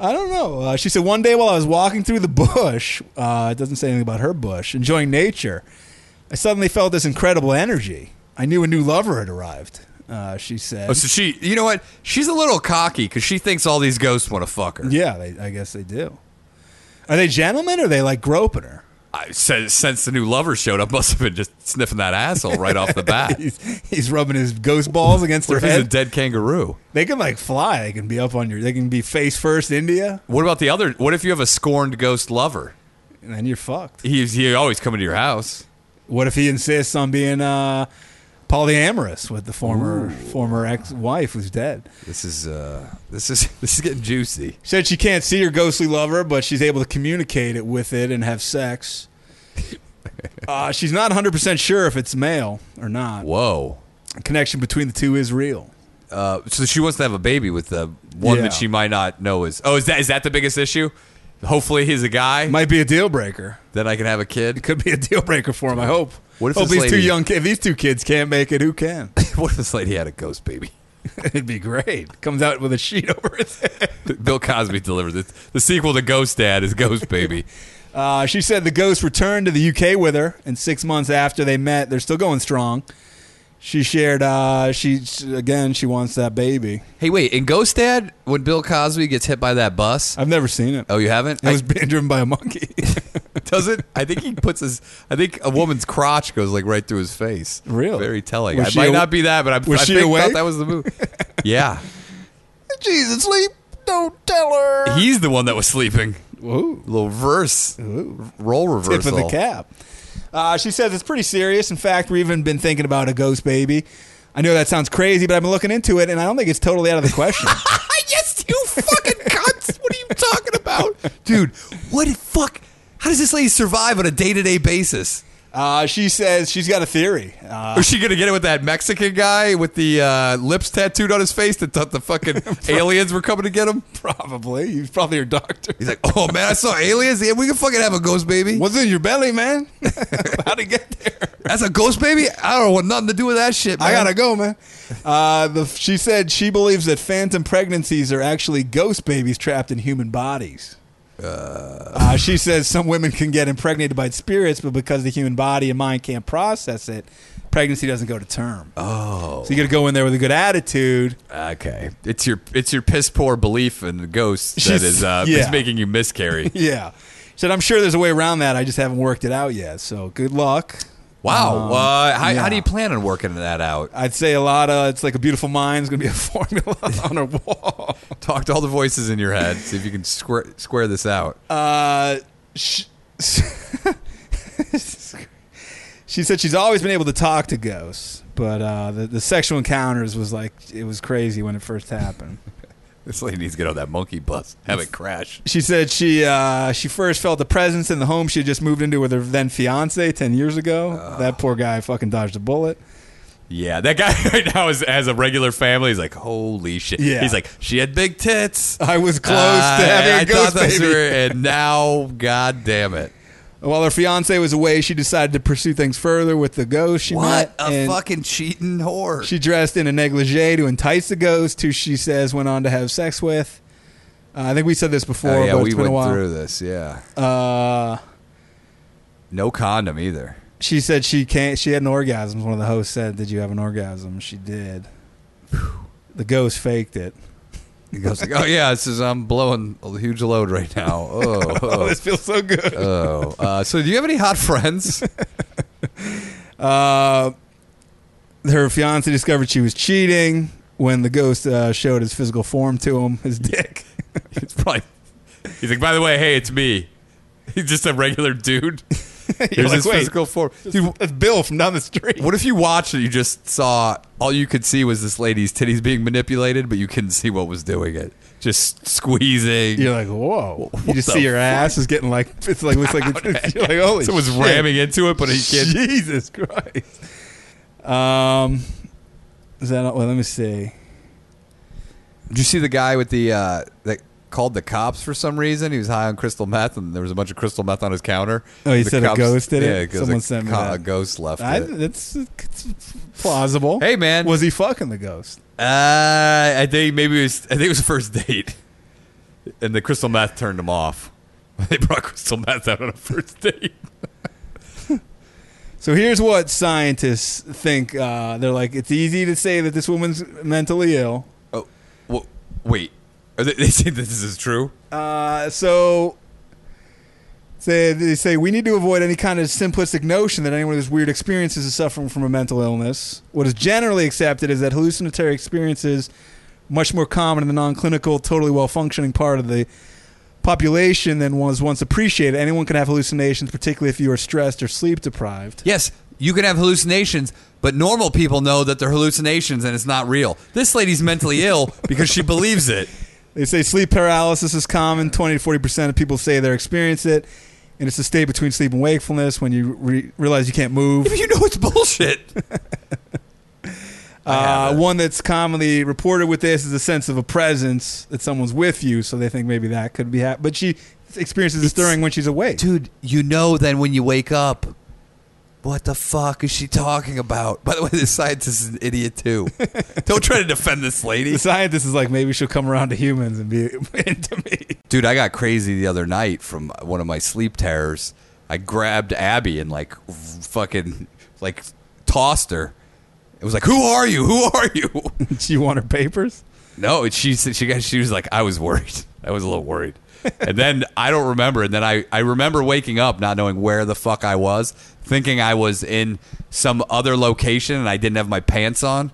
I don't know. Uh, she said one day while I was walking through the bush, uh, it doesn't say anything about her bush, enjoying nature, I suddenly felt this incredible energy. I knew a new lover had arrived. Uh, she said, Oh, so she. You know what? She's a little cocky because she thinks all these ghosts want to fuck her. "Yeah, they, I guess they do." Are they gentlemen? Or are they like groping her? I, since, since the new lover showed up, must have been just sniffing that asshole right off the bat. He's, he's rubbing his ghost balls against What if her he's a head. dead kangaroo? They can like fly. They can be up on your. They can be face first India, What about the other? What if you have a scorned ghost lover? and then you're fucked. He's he always coming to your house. What if he insists on being uh, polyamorous with the former former ex wife who's dead? This is uh, this is this is getting juicy. Said she can't see her ghostly lover, but she's able to communicate it with it and have sex. Uh, she's not 100 percent sure if it's male or not. Whoa. Connection between the two is real. Uh, so she wants to have a baby with the one Yeah. that she might not know is. Oh, is that is that the biggest issue? Hopefully he's a guy. Might be a deal breaker. then I can have a kid. Could be a deal breaker for him. I hope. What if hope this these two lady- young ki- if these two kids can't make it? Who can? what if this lady had a ghost baby? It'd be great. Comes out with a sheet over his head. Bill Cosby delivers it. The sequel to Ghost Dad is Ghost Baby. Uh, she said the ghost returned to the UK with her, and six months after they met, they're still going strong. She shared. Uh, she she- again. She wants that baby. hey, wait! In Ghost Dad, when Bill Cosby gets hit by that bus, I've never seen it. oh, you haven't? It was being driven by a monkey. doesn't. I think he puts his. I think a woman's crotch goes like right through his face. Really? Very telling. Was I she might aw- not be that, but I'm, was I she think awake? thought that was the move. yeah, Jesus, sleep. Don't tell her. he's the one that was sleeping. Little verse, roll tip reversal. of the cap. Uh, she says it's pretty serious. In fact, we've even been thinking about a ghost baby. I know that sounds crazy, but I've been looking into it, and I don't think it's totally out of the question. yes, you fucking cunts. What are you talking about, dude? What the fuck? How does this lady survive on a day to day basis? uh, she says she's got a theory. Uh, Is she gonna get it with that Mexican guy with the uh, lips tattooed on his face that thought the fucking aliens were coming to get him? probably. He's probably her doctor. He's like, oh man, I saw aliens. Yeah, we can fucking have a ghost baby. What's in your belly, man? How'd it get there? That's a ghost baby. I don't want nothing to do with that shit. Man. I gotta go, man. Uh, the, she said she believes that phantom pregnancies are actually ghost babies trapped in human bodies. Uh, she says some women can get impregnated by spirits, but because the human body and mind can't process it, pregnancy doesn't go to term. Oh, so you got to go in there with a good attitude. Okay, it's your it's your piss poor belief in the ghosts that She's- is uh, yeah. is making you miscarry. Yeah, she said I'm sure there's a way around that. I just haven't worked it out yet. So good luck. Wow. uh, how, Um, yeah. how do you plan on working that out? I'd say a lot of it's like a beautiful mind is going to be a formula on her wall. Talk to all the voices in your head. See if you can square square this out. Uh, sh- she said she's always been able to talk to ghosts, but uh, the, the sexual encounters was like it was crazy when it first happened. this lady needs to get on that monkey bus. Have it crash. she said she uh, she first felt the presence in the home she had just moved into with her then fiance ten years ago. that poor guy fucking dodged a bullet. Yeah, that guy right now is has a regular family. He's like, holy shit. Yeah. He's like, she had big tits. I was close Uh, to having a I ghost thought those baby. were- and now, god damn it. While her fiance was away, she decided to pursue things further with the ghost she What met. a and- fucking cheating whore. She dressed in a negligee to entice the ghost, who she says went on to have sex with. Uh, I think we said this before, oh, yeah, but we it's been went a while. through this. Yeah, Uh, no condom either. she said she can't. She had an orgasm. One of the hosts said, "Did you have an orgasm?" She did. The ghost faked it. He goes like, "Oh yeah, this is I'm blowing a huge load right now." Oh, oh, feels so good. oh. Uh, so do you have any hot friends? Uh, her fiance discovered she was cheating when the ghost uh, showed his physical form to him, his dick. It's probably. He's like, by the way, hey, it's me. He's just a regular dude. Here's his physical form. Dude, that's Bill from down the street. what if you watched and you just saw all you could see was this lady's titties being manipulated, but you couldn't see what was doing it, just squeezing. You're like, whoa! you what just the see her ass is getting like it's like looks like it's, you're like holy. Someone's shit. ramming into it, but he can't. Jesus Christ. Um, is that? Well, let me see. Did you see the guy with the uh, that called the cops for some reason? He was high on crystal meth, and there was a bunch of crystal meth on his counter. Oh, he The said a ghost did it? Yeah, 'cause Someone a sent me co- that. a ghost left I, it. that's it's plausible. Hey, man. was he fucking the ghost? Uh, I think maybe it was. I think it was the first date, and the crystal meth turned him off. They brought crystal meth out on a first date. So here's what scientists think. Uh, they're like, it's easy to say that this woman's mentally ill. Oh, well, wait. Are they, they say this is true. Uh, so say they say we need to avoid any kind of simplistic notion that anyone with these weird experiences is suffering from a mental illness. What is generally accepted is that hallucinatory experiences much more common in the non-clinical, totally well-functioning part of the population than was once appreciated. Anyone can have hallucinations, particularly if you are stressed or sleep deprived. Yes, you can have hallucinations, but normal people know that they're hallucinations and it's not real. This lady's mentally ill because she believes it. They say sleep paralysis is common. 20 to 40% of people say they experience it. And it's a state between sleep and wakefulness when you re- realize you can't move. You know it's bullshit. I Uh, have it. one that's commonly reported with this is a sense of a presence that someone's with you, so they think maybe that could be happening. But she experiences this during when she's awake. dude, you know then when you wake up, what the fuck is she talking about? By the way, this scientist is an idiot too. Don't try to defend this lady. The scientist is like, maybe she'll come around to humans and be into me. Dude, I got crazy the other night from one of my sleep terrors. I grabbed Abby and like fucking like tossed her. It was like, "Who are you? Who are you?" Do you want her papers? No, it- she said she got. She was like, I was worried. I was a little worried. and then I don't remember. And then I, I remember waking up not knowing where the fuck I was, thinking I was in some other location and I didn't have my pants on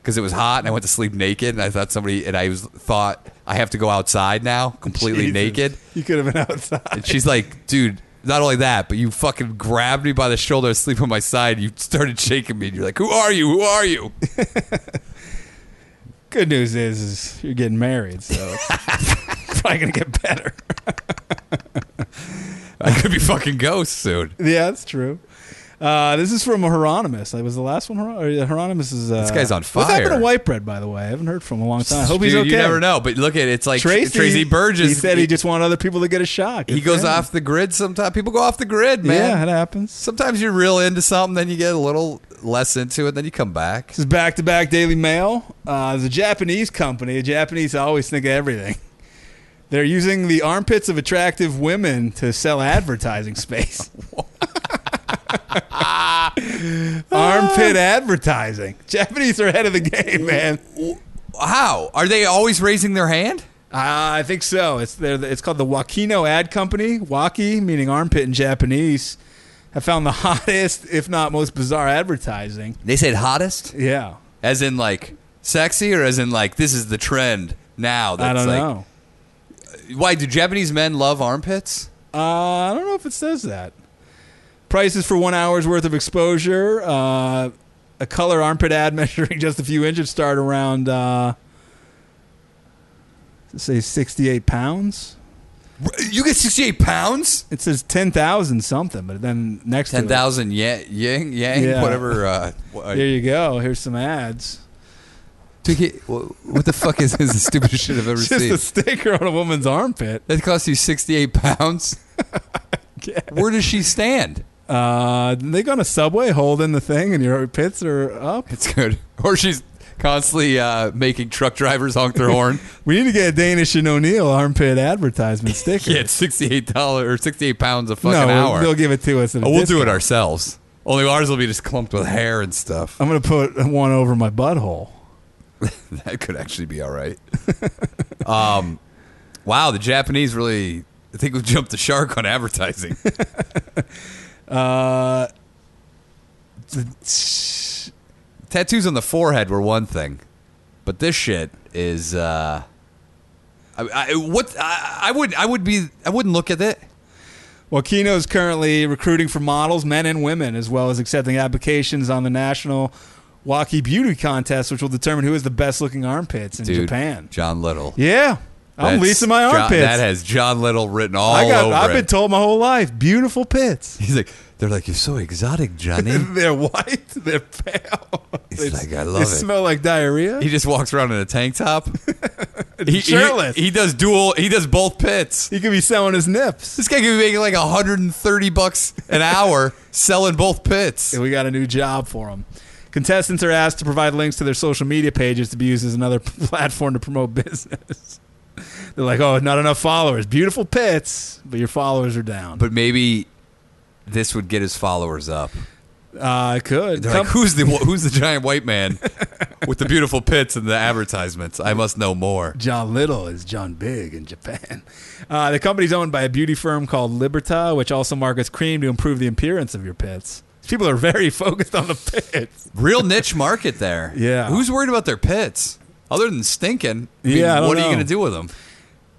because it was hot and I went to sleep naked. And I thought somebody, and I was, thought I have to go outside now completely Jesus. naked. You could have been outside. And she's like, dude, not only that, but you fucking grabbed me by the shoulder, asleep on my side. You started shaking me. And you're like, who are you? Who are you? Good news is, is you're getting married, so it's probably gonna get better. I could be fucking ghosts soon. Yeah, that's true. Uh, this is from Hieronymus. Like, was the last one Hieron- or, yeah, Hieronymus? Is uh, this guy's on What's happened to fire. White Bread? By the way, I haven't heard from him in a long time. I hope he's Dude, okay. You never know. But look at it, it's like Tracy, Tracy, Burgess. He said he just wanted other people to get a shot. he Good goes for him. off the grid. Sometimes people go off the grid, Yeah, man. it happens. Sometimes you're real into something, then you get a little less into it, then you come back. This is back to back Daily Mail. Uh, there's a Japanese company. The Japanese always think of everything. They're using the armpits of attractive women to sell advertising space. Armpit advertising. Japanese are ahead of the game, man. How are they always raising their hand? Uh, I think so. It's they're, it's called the Wakino Ad Company. Waki meaning armpit in Japanese. I found the hottest, if not most bizarre advertising. They said hottest, Yeah, as in like sexy, or as in like this is the trend now. That's I don't like, know. Why do Japanese men love armpits? Uh, I don't know if it says that. Prices for one hour's worth of exposure. Uh, a color armpit ad measuring just a few inches start around, uh, say, 68 pounds. You get sixty-eight pounds, It says 10,000 something, but then next to ten it- thousand yang, yang, Yeah. whatever. Uh, wha- There you go. Here's some ads. To get- wha- what the fuck is this? The stupidest shit I've ever It's just seen. a sticker on a woman's armpit. that costs you 68 pounds. Where does she stand? Uh, they go on a subway holding the thing, and your pits are up. It's good. Or she's constantly uh, making truck drivers honk their horn. We need to get a Danish and O'Neill armpit advertisement sticker. Yeah, it's 68 dollars or 68 pounds a fucking no, hour. they'll give it to us. At a oh, we'll do it discount. ourselves. Only ours will be just clumped with hair and stuff. I'm gonna put one over my butthole. That could actually be all right. um, wow, the Japanese really. I think we jumped the shark on advertising. Uh, tattoos on the forehead were one thing, but this shit is. Uh, I, I, what I, I would I would be I wouldn't look at it. Well, Kino is currently recruiting for models, men and women, as well as accepting applications on the national Waki Beauty Contest, which will determine who has the best looking armpits in Dude, Japan. John Little. Yeah, I'm That's leasing my John- armpits. that has John Little written all I got. over I've it. been told my whole life, beautiful pits. He's like, they're like, you're so exotic, Johnny. They're white. They're pale. He's They- like, I they love it. smell like diarrhea. He just walks around in a tank top. he, shirtless. He, he does dual. He does both pits. He could be selling his nips. This guy could be making like 130 bucks an hour selling both pits. And we got a new job for them. Contestants are asked to provide links to their social media pages to be used as another platform to promote business. They're like, oh, not enough followers. Beautiful pits, but your followers are down. But maybe this would get his followers up. uh, I could. They're Come- like, who's the who's the giant white man with the beautiful pits and the advertisements? I must know more. John Little is John Big in Japan. Uh, the company's owned by a beauty firm called Liberta, which also markets cream to improve the appearance of your pits. People are very focused on the pits. Real niche market there. Yeah. Who's worried about their pits other than stinking? I mean, Yeah, I don't what are you know. going to do with them?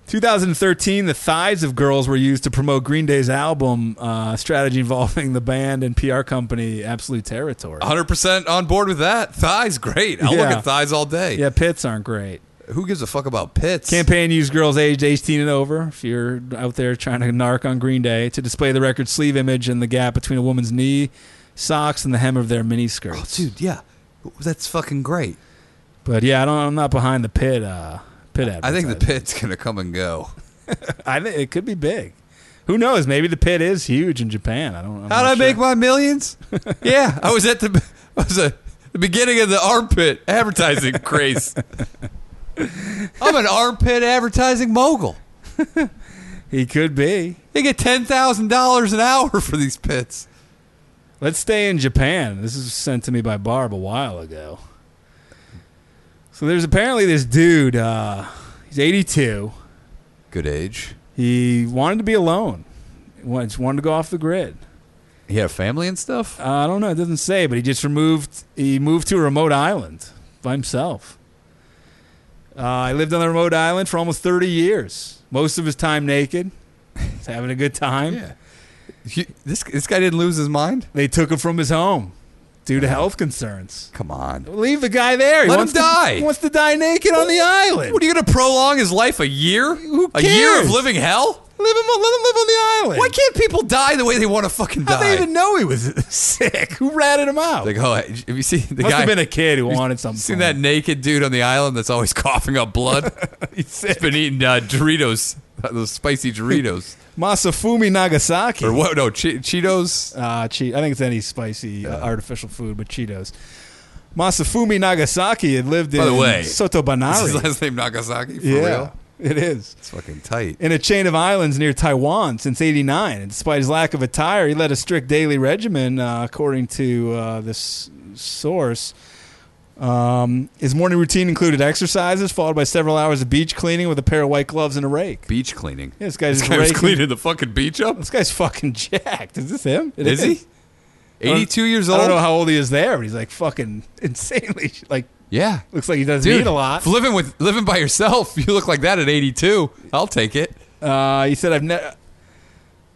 2013, the thighs of girls were used to promote Green Day's album, uh, strategy involving the band and PR company Absolute Territory. 100% on board with that. Thighs, great. I'll look Yeah. at thighs all day. Yeah, pits aren't great. Who gives a fuck about pits? Campaign used girls aged 18 and over, if you're out there trying to narc on Green Day, to display the record sleeve image and the gap between a woman's knee, socks, and the hem of their miniskirts. Oh, dude, yeah. That's fucking great. But yeah, I don't, I'm not behind the pit. Uh, pit I think the advertising. pit's going to come and go. I think it could be big. Who knows? Maybe the pit is huge in Japan. I don't. How'd I'm not I sure. make my millions? yeah, I was at the I was at the beginning of the armpit advertising craze. I'm an armpit advertising mogul. He could be. They get ten thousand dollars an hour for these pits. Let's stay in Japan. This was sent to me by Barb a while ago. So there's apparently this dude. Uh, he's 82. Good age. He wanted to be alone. He wa- just wanted to go off the grid. He had a family and stuff. Uh, I don't know. It doesn't say, but he just removed. He moved to a remote island by himself. Uh, I lived on the remote island for almost 30 years. Most of his time naked. He's having a good time. Yeah. He- this this guy didn't lose his mind. They took him from his home due to health concerns. Come on. Leave the guy there. He Uh-huh. Let him wants die. To, he wants to die naked on the island. What are you going to prolong his life a year? Who A year of cares? living hell? Leave him, let him live on the island. Why can't people die the way they want to fucking How'd die? they even know he was sick? Who ratted him out? Like, oh, have you seen the Must guy? have been a kid who you wanted something. Seen that naked dude on the island that's always coughing up blood? He's He's sick. been eating uh, Doritos, uh, those spicy Doritos, Masafumi Nagasaki. or what? No, che- Cheetos. Uh, che- I think it's any spicy uh, artificial food, but Cheetos. Masafumi Nagasaki had lived in By the way, Is his Sotobanari. last name Nagasaki? For yeah, real? it is. It's fucking tight. in a chain of islands near Taiwan since '89. And despite his lack of attire, he led a strict daily regimen, uh, according to uh, this source. Um, his morning routine included exercises, followed by several hours of beach cleaning with a pair of white gloves and a rake. Beach cleaning. Yeah, this This guy's just guy was raking- cleaning the fucking beach up. This guy's fucking jacked. Is this him? It Is he? Eighty-two years old. I don't know how old he is there, but he's like fucking insanely like. yeah, Looks like he doesn't eat a lot. if Living with living by yourself, you look like that at eighty-two. I'll take it. Uh, he said, "I've never."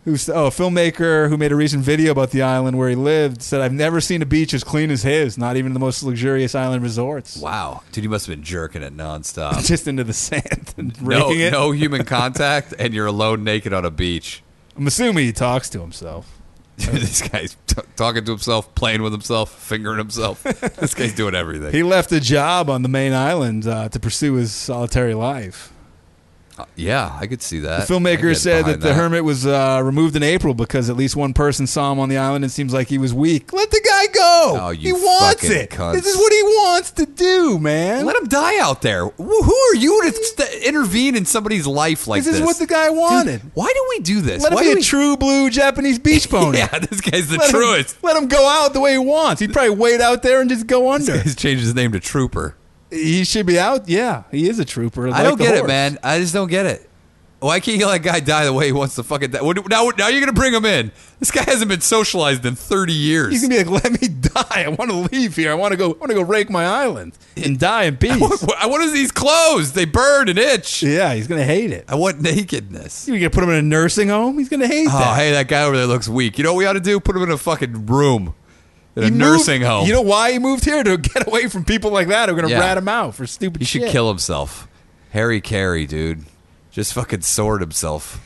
Who's oh, a filmmaker who made a recent video about the island where he lived said, "I've never seen a beach as clean as his. Not even the most luxurious island resorts. Wow, dude, you must have been jerking it nonstop. Just into the sand and no, raking it. no human contact, and you're alone, naked on a beach. I'm assuming he talks to himself. Dude, this guy's t- talking to himself, playing with himself, fingering himself. this guy's doing everything. He left a job on the main island uh, to pursue his solitary life. yeah, I could see The that. I filmmaker get said behind that the hermit was uh, removed in April because at least one person saw him on the island and seems like he was weak. Let the guy go. Oh, he you wants fucking it. cunts. This is what he wants to do, man. Let him die out there. Wh- Who are you to st- intervene in somebody's life like this this? is what the guy Dude, wanted. why do we do this? Let him Why be do a we- true blue Japanese beach pony. Yeah, this guy's the let truest. Him, let him go out the way he wants. He'd probably wait out there and just go under. He's changed his name to Trooper. He should be out. Yeah, he is a trooper. I don't get it, man. I just don't get it. Why can't you let a guy die the way he wants to fucking die? What do- Now, now you're gonna bring him in. This guy hasn't been socialized in 30 years. You can be like, let me die. I want to leave here. I want to go. I want to go rake my island and die in What, peace. what, what is these clothes? They burn and itch. yeah, he's gonna hate it. I want nakedness. You gonna put him in a nursing home? He's gonna hate Oh, that. hey, that guy over there looks weak. You know what we ought to do? Put him in a fucking room, in a He moved- nursing home. You know why he moved here to get away from people like that who are gonna Yeah. rat him out for stupid. he should shit. kill himself. Harry Carey, dude, just fucking sword himself.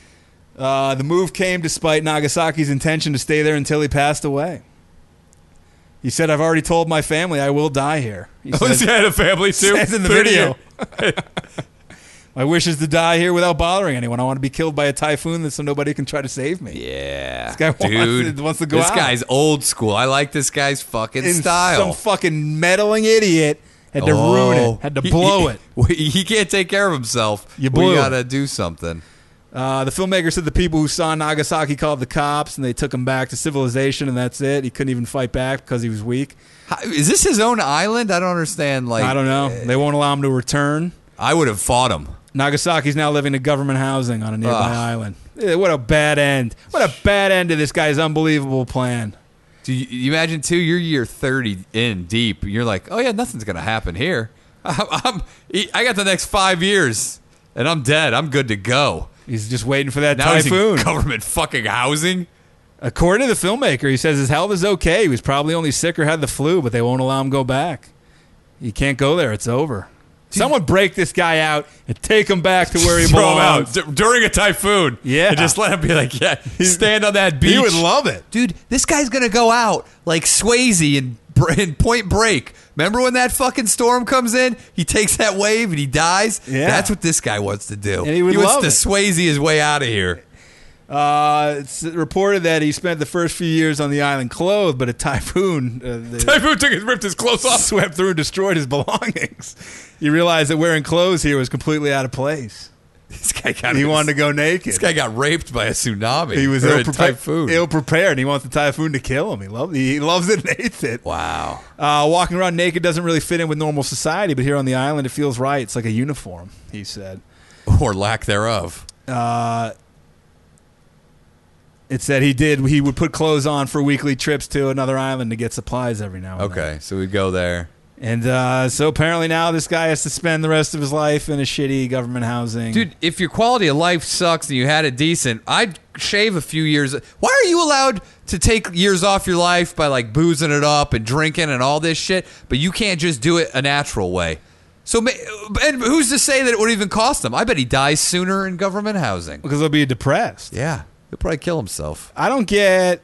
Uh, the move came despite Nagasaki's intention to stay there until he passed away. He said, "I've already told my family I will die here." He says, had Oh, a family too. says in the video. my wish is to die here without bothering anyone. I want to be killed by a typhoon so nobody can try to save me. Yeah, guy wants dude to- wants to go This out. guy's old school. I like this guy's fucking And style. Some fucking meddling idiot had to ruin Oh. it. Had to He- blow he- it. He, he can't take care of himself. You blew We it. gotta do something. Uh, the filmmaker said the people who saw Nagasaki called the cops and they took him back to civilization and that's it. He couldn't even fight back because he was weak. How, is this his own island? I don't understand. Like, eh. I don't know. They won't allow him to return. I would have fought him. Nagasaki's now living in government housing on a nearby Ugh. island. Eh, What a bad end. What a bad end to this guy's unbelievable plan. Do you, you imagine too? You're year thirty in deep. You're like, oh yeah, nothing's gonna happen here. I'm, I'm I got the next five years, and I'm dead. I'm good to go. He's just waiting for that Now he's in typhoon. government fucking housing. According to the filmmaker, he says his health is okay. He was probably only sick or had the flu, but they won't allow him go back. He can't go there. It's over. Someone break this guy out and take him back to where he Throw him belongs. out d- during a typhoon. Yeah. and just let him be like, yeah, stand on that beach. He would love it. dude, this guy's gonna go out like Swayze in, Br- in Point Break. Remember when that fucking storm comes in? He takes that wave and he dies. Yeah. that's what this guy wants to do. And he would wants love to it. Swayze his way out of here. Uh, it's reported that he spent the first few years on the island clothed, but a typhoon uh, the- Typhoon took his ripped his clothes off. swept through and destroyed his belongings. He realized that wearing clothes here was completely out of place. This guy got He wanted to go naked. This guy got raped by a tsunami. he was or ill, a typhoon. ill prepared. He wants the typhoon to kill him. He loves he loves it and hates it. Wow. Uh, walking around naked doesn't really fit in with normal society, but here on the island, it feels right. It's like a uniform, he said. Or lack thereof. Uh, It's that he did. He would put clothes on for weekly trips to another island to get supplies every now and then. Okay, so we go there. And uh, so apparently now this guy has to spend the rest of his life in a shitty government housing. Dude, if your quality of life sucks and you had it decent, I'd shave a few years. Why are you allowed to take years off your life by like boozing it up and drinking and all this shit, but you can't just do it a natural way? So, ma- and who's to say that it would even cost him? I bet he dies sooner in government housing. because they'll be depressed. Yeah, he'll probably kill himself. I don't get.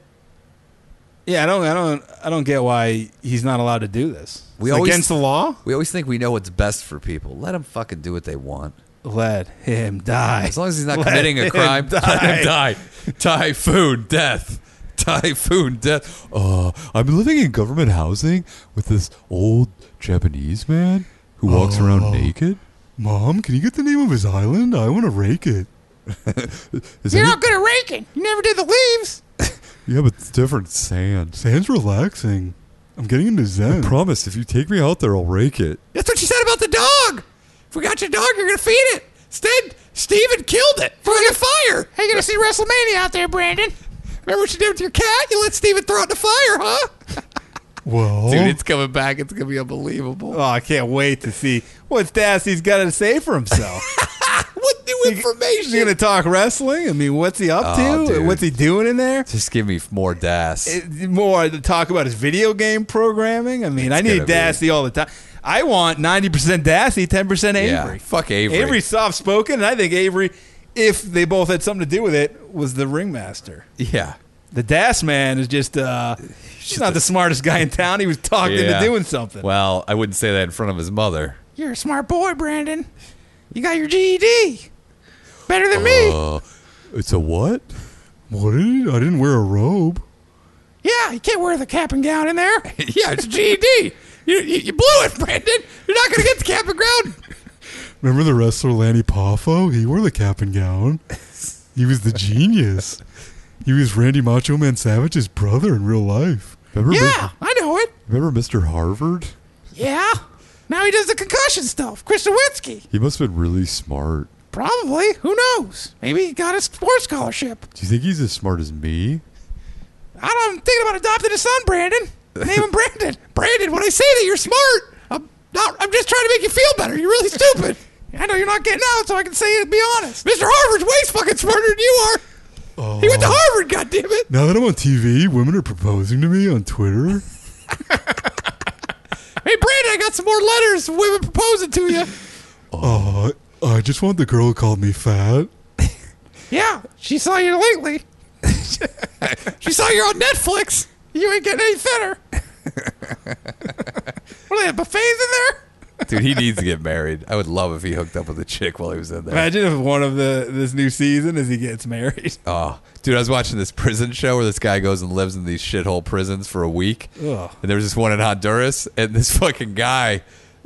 Yeah, I don't, I don't, I don't get why he's not allowed to do this. We It's always- against the law. We always think we know what's best for people. Let them fucking do what they want. Let him die. As long as he's not Let committing a him crime, let him die. Typhoon death. Typhoon death. Uh, I'm living in government housing with this old Japanese man who walks around naked. Mom, can you get the name of his island? I want to rake it. Is You're any- not good at raking. You never did the leaves. yeah, but it's different sand. Sand's relaxing. I'm getting into Zen. Promise, if you take me out there, I'll rake it. That's what she said about the dog. If we got your dog, you're gonna feed it. Instead, Steven killed it. Through the fire. Hey, you're gonna see WrestleMania out there, Brandon. Remember what you did with your cat? You let Steven throw it in the fire, huh? Well, Dude, it's coming back. It's gonna be unbelievable. Oh, I can't wait to see what Stassi's got to say for himself. What new He's going to talk wrestling. I mean, what's he up Oh, to? dude. What's he doing in there? Just give me more das. It- more to talk about his video game programming. I mean, I need gonna be- Dassey all the time. I want 90% Dassey, 10% Avery. Yeah, fuck Avery. Avery's soft spoken, and I think Avery, if they both had something to do with it, was the ringmaster. yeah. The Dass man is just, uh, he's not the smartest guy in town. He was talked into doing something. Well, I wouldn't say that in front of his mother. You're a smart boy, Brandon. You got your GED. Better than Uh-huh. me. Uh, It's a what? what did I didn't wear a robe. Yeah, you can't wear the cap and gown in there. yeah, it's GED. You, you, you blew it, Brandon. You're not gonna get the cap and ground. Remember the wrestler Lanny Poffo? He wore the cap and gown. He was the genius. He was Randy Macho Man Savage's brother in real life. Remember, Yeah, I know it. remember Mr. Harvard? Yeah. Now he does the concussion stuff. Chris Nowitzki. He must have been really smart. Probably. Who knows? Maybe he got a sports scholarship. Do you think he's as smart as me? I don't I'm thinking about adopting a son, Brandon. Name him Brandon. Brandon, when I say that you're smart, I'm not I'm just trying to make you feel better. You're really stupid. I know you're not getting out, so I can say it and be honest. Mr. Harvard's way fucking smarter than you are. He went to Harvard, goddammit. Now that I'm on TV, women are proposing to me on Twitter. Hey, Brandon, I got some more letters of women proposing to you. Uh, I just want the girl who called me fat. Yeah, she saw you lately. she saw you on Netflix. You ain't getting any thinner. what are they, buffets in there? Dude, he needs to get married. I would love if he hooked up with a chick while he was in there. Imagine if one of the this new season is he gets married. Oh, dude, I was watching this prison show where this guy goes and lives in these shithole prisons for a week. Ugh. And there was this one in Honduras, and this fucking guy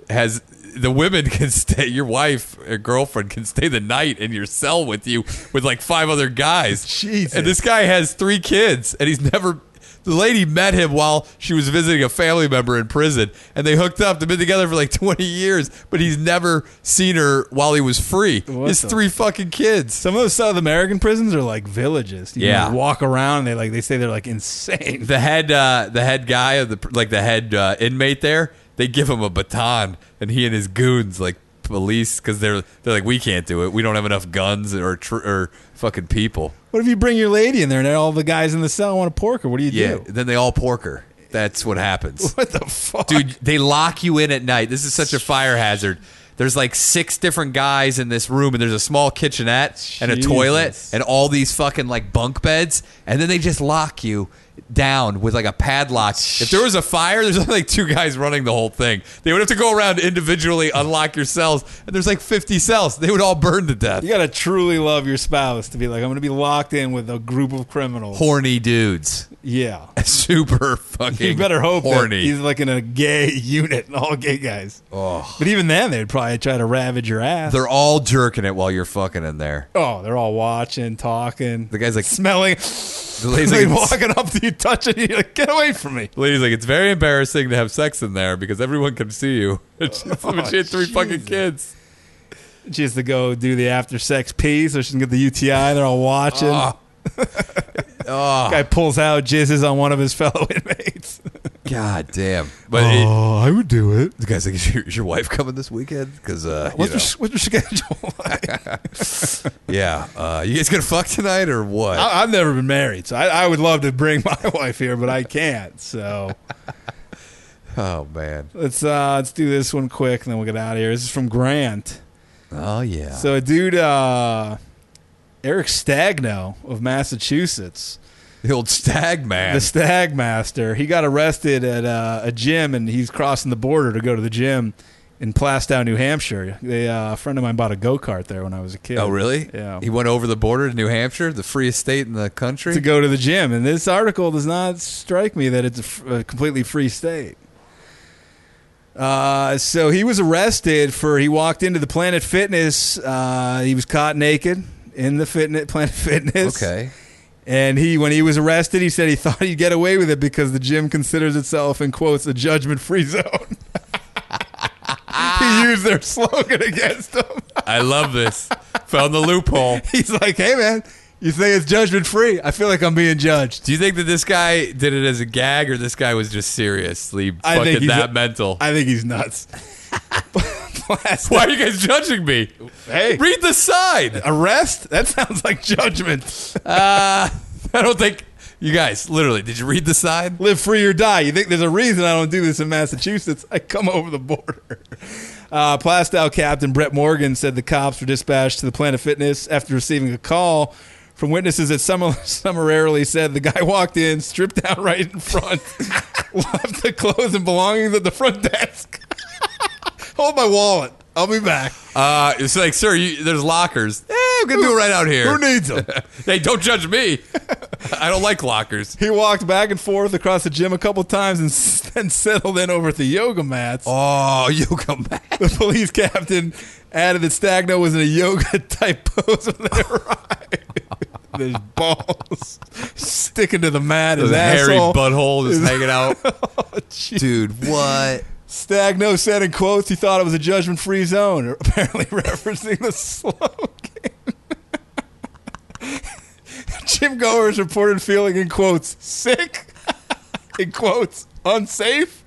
has the women can stay, your wife or girlfriend can stay the night in your cell with you with like five other guys. Jesus. And this guy has three kids, and he's never. The lady met him while she was visiting a family member in prison, and they hooked up. They've been together for like 20 years, but he's never seen her while he was free. What His the- three fucking kids. Some of those South American prisons are like villages. You Yeah. like, walk around. And they like they say they're like insane. the head uh, the head guy of the like the head uh, inmate there they give him a baton and he and his goons like police because they're they're like we can't do it we don't have enough guns or tr- or fucking people What if you bring your lady in there and all the guys in the cell want to pork her? What do you yeah do? then they all pork her that's what happens What the fuck, dude they lock you in at night this is such a fire hazard there's like six different guys in this room and there's a small kitchenette and a toilet Jesus. and all these fucking like bunk beds and then they just lock you down with like a padlock if there was a fire there's only like two guys running the whole thing they would have to go around individually unlock your cells and there's like 50 cells they would all burn to death You gotta truly love your spouse to be like I'm gonna be locked in with a group of criminals. horny dudes Yeah. super fucking You better hope that horny he's like in a gay unit, all gay guys. Oh. But even then, they'd probably try to ravage your ass. they're all jerking it while you're fucking in there oh, they're all watching, talking, the guy's like smelling. the lady's They like, walking up to you, touching you, like get away from me. The lady's like, it's very embarrassing to have sex in there because everyone can see you. And she, but she had three fucking Oh, kids. Jesus. She Ah. has to go do the after sex pee, so she can get the UTI. They're all watching. Ah. Guy pulls out, jizzes on one of his fellow inmates. God damn. But it, Oh, I would do it. the guy's like, is your, is your wife coming this weekend? Because, uh, you What's, your, what's your schedule? like? know, yeah. Uh, you guys going to fuck tonight or what? I, I've never been married, so I, I would love to bring my wife here, but I can't. So oh, man. let's uh, let's do this one quick, and then we'll get out of here. This is from Grant. Oh, yeah. So a dude, uh, Eric Stagno of Massachusetts, the old stag man. the Stag Master, he got arrested at uh, a gym, and he's crossing the border to go to the gym in Plastow, New Hampshire. They, uh, a friend of mine bought a go kart there when I was a kid. oh, really? Yeah. He went over the border to New Hampshire, the freest state in the country. to go to the gym. And this article does not strike me that it's a, f- a completely free state. Uh, so he was arrested for he walked into the Planet Fitness. Uh, he was caught naked in the fitness Planet Fitness. okay. And he, when he was arrested, he said he thought he'd get away with it because the gym considers itself, in quotes, a judgment-free zone. he used their slogan against him. I love this. Found the loophole. He's like, "Hey, man, you say it's judgment-free? I feel like I'm being judged." Do you think that this guy did it as a gag or this guy was just seriously I think fucking he's that a- mental? I think he's nuts. Blast. Why are you guys judging me? Hey. Read the sign. Arrest? That sounds like judgment. Uh, I don't think you guys literally. Did you read the sign? Live free or die. You think there's a reason I don't do this in Massachusetts? I come over the border. Uh, Plastow Captain Brett Morgan said the cops were dispatched to the Planet Fitness after receiving a call from witnesses that summa- summarily said the guy walked in, stripped down right in front, left the clothes and belongings at the front desk. Hold my wallet. I'll be back. Uh, it's like, sir, you, there's lockers. Eh, I'm gonna do it right out here. Who needs them? hey, don't judge me. I don't like lockers. He walked back and forth across the gym a couple times and s- then settled in over at the yoga mats. Oh, you come back. The police captain added that Stagno was in a yoga type pose when they arrived. His balls sticking to the mat. His His hairy asshole. butthole just hanging out. Jeez. Dude, what? Stagno said in quotes he thought it was a judgment free zone, apparently referencing the slogan. Jim Goers reported feeling in quotes sick, in quotes unsafe,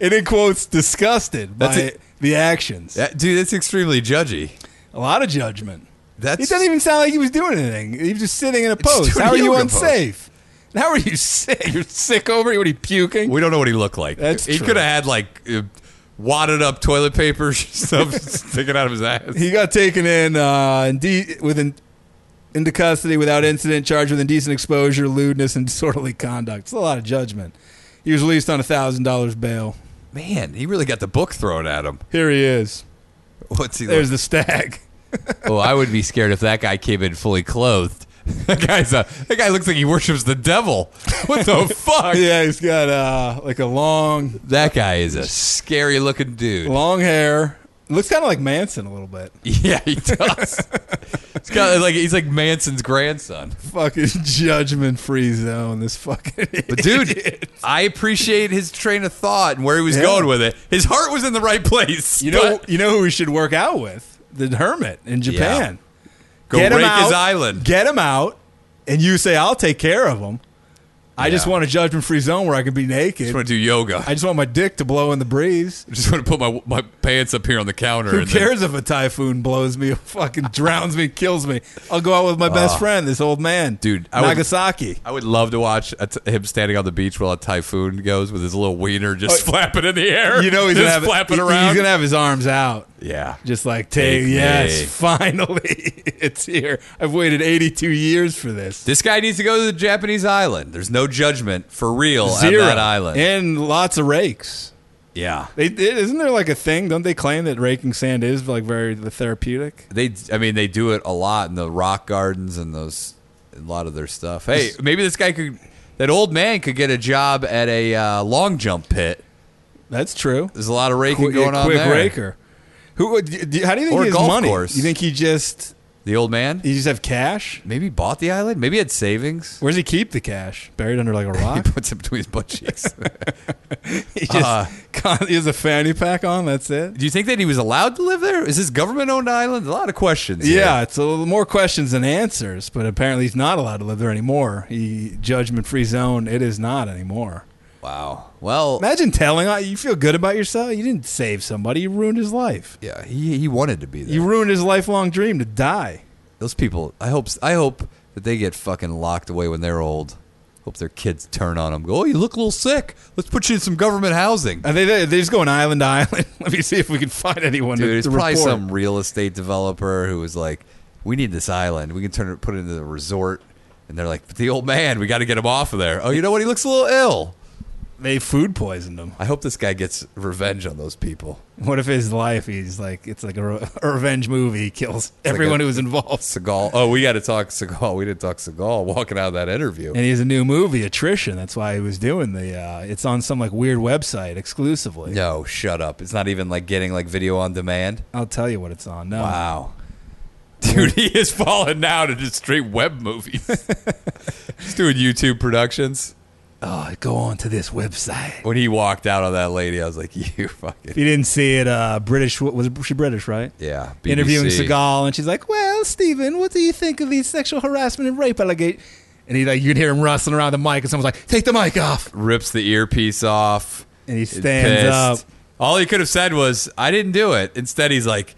and in quotes disgusted That's by it. the actions. That- dude, that's extremely judgy. A lot of judgment. That's It doesn't even sound like he was doing anything. He was just sitting in a pose. doing How are you yoga pose. unsafe? How are you sick? You're sick over it? What are you puking? We don't know what he looked like. That's he true. could have had like uh, wadded up toilet paper stuff sticking out of his ass. He got taken in uh, inde- with in- into custody without incident, charged with indecent exposure, lewdness, and disorderly conduct. It's a lot of judgment. He was released on a thousand dollars bail. Man, he really got the book thrown at him. Here he is. What's he? There's Like? the stag. Oh, I would be scared if that guy came in fully clothed. That guy's a. That guy looks like he worships the devil. What the fuck? Yeah, he's got uh, like a long, That guy is a scary looking dude. long hair. Looks kind of like Manson a little bit. Yeah, he does. he's got like he's like Manson's grandson. Fucking judgment free zone. This fucking. But dude, I appreciate his train of thought and where he was Yeah. going with it. His heart was in the right place. You know, but you know who we should work out with? The hermit in Japan. go Get him break his out. island. Get him out, and you say, "I'll take care of him." I just Yeah. want a judgment-free zone where I can be naked. just want to do yoga. I just want my dick to blow in the breeze. I just want to put my my pants up here on the counter. Who and then- cares if a typhoon blows me, fucking drowns me, kills me? I'll go out with my best friend, this old man, Ah. Dude, I would- Nagasaki. I would love to watch a t- him standing on the beach while a typhoon goes with his little wiener just flapping in the air. Oh, you know he's just gonna have flapping he- around. He's gonna have his arms out. yeah, Just like take, Take yes, me. finally, it's here. I've waited 82 years for this. this guy needs to go to the Japanese island. There's no judgment for real Zero. on that island. and lots of rakes. yeah, They, isn't there like a thing? Don't they claim that raking sand is like very the therapeutic? they. I mean, they do it a lot in the rock gardens and those a lot of their stuff. Hey, maybe this guy could. That old man could get a job at a uh, long jump pit. That's true. There's a lot of raking Quick- going on quick there. raker. Who? would- do- How do you think Or he has golf money? course. You think he just The old man You just have cash. maybe bought the island. Maybe he had savings. Where does he keep the cash? Buried under like a rock. He puts it between his butt cheeks. he just Uh. con- he has a fanny pack on. That's it. Do you think that he was allowed to live there? Is this government-owned island? A lot of questions. here. Yeah, it's a little more questions than answers, but apparently he's not allowed to live there anymore. He judgment free zone. It is not anymore. Wow. Well. Imagine telling uh, you feel good about yourself. You didn't save somebody. You ruined his life. Yeah. He he wanted to be there. You ruined his lifelong dream to die. Those people. I hope. I hope that they get fucking locked away when they're old. Hope their kids turn on them. Go. Oh, you look a little sick. Let's put you in some government housing. And they they they just go an island to island. Let me see if we can find anyone. to, Dude, it's to probably report. some real estate developer who was like, "We need this island. We can turn it, put it into a resort." And they're like, "But the old man, we got to get him off of there." Oh, you know what? He looks a little ill. They food poisoned him. I hope this guy gets revenge on those people. What if his life? He's like it's like a, re- a revenge movie. He kills everyone a- who was involved. Seagal. Oh, we got to talk Seagal. We didn't talk Seagal walking out of that interview. And he has a new movie, Attrition. That's why he was doing the. Uh, it's on some like weird website exclusively. No, shut up. It's not even like getting like video on demand. I'll tell you what it's on. No. Wow. Dude, he is falling now to just straight web movies. He's doing YouTube productions. Oh, go on to this website. When he walked out on that lady, I was like, you fucking. If you didn't see it, uh, British was she British, right? Yeah. Interviewing BBC. Seagal, and she's like, "Well, Stephen, what do you think of these sexual harassment and rape allegations?" And he like, you could hear him rustling around the mic, and someone's like, "Take the mic off!" Rips the earpiece off. And he He's stands pissed. up. All he could have said was, I didn't do it. Instead, he's like,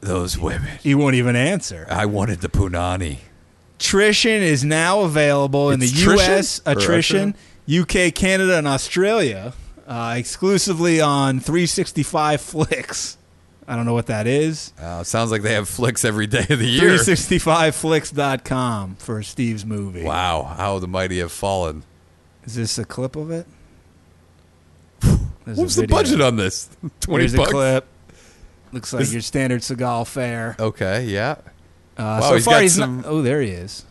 those women. He won't even answer. I wanted the Punani. Attrition is now available in the It's Trition? U.S. Or Attrition, UK, Canada, and Australia, uh, exclusively on 365 Flicks. I don't know what that is. Uh, sounds like they have flicks every day of the year. 365flicks.com for Steve's movie. Wow, how the mighty have fallen. Is this a clip of it? There's What was a the video. budget on this? 20 Here's bucks. a clip. Looks like This- your standard Seagal fare. Okay, yeah. Uh, wow, so he's far, got he's some- not. Oh, there he is.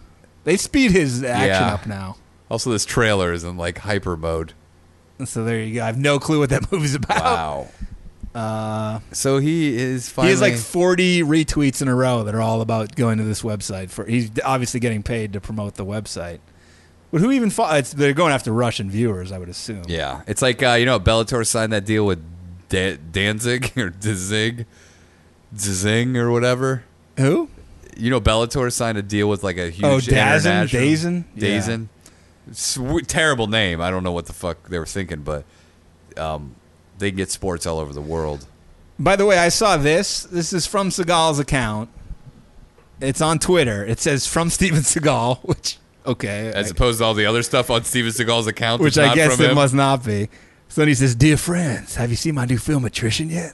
They speed his action Yeah. up now. Also, this trailer is in like hyper mode. So there you go. I have no clue what that movie's about. Oh. Uh, So he is he finally. has like 40 retweets in a row that are all about going to this website. For he's obviously getting paid to promote the website. But who even? Fo- it's, they're going after Russian viewers, I would assume. yeah, it's like uh, you know Bellator signed that deal with Da- Danzig or Dzig, Dzing or whatever. Who? You know Bellator signed a deal with like a huge Oh, Dazn? international- Dazn? Yeah. Dazn. Sw- terrible name. I don't know what the fuck they were thinking, but um, they can get sports all over the world. By the way, I saw this. This is from Seagal's account. It's on Twitter. It says from Steven Seagal, which okay, As I- opposed to all the other stuff on Steven Seagal's account, which that's I not guess from it him. must not be. So then he says, "Dear friends, have you seen my new film Attrition yet?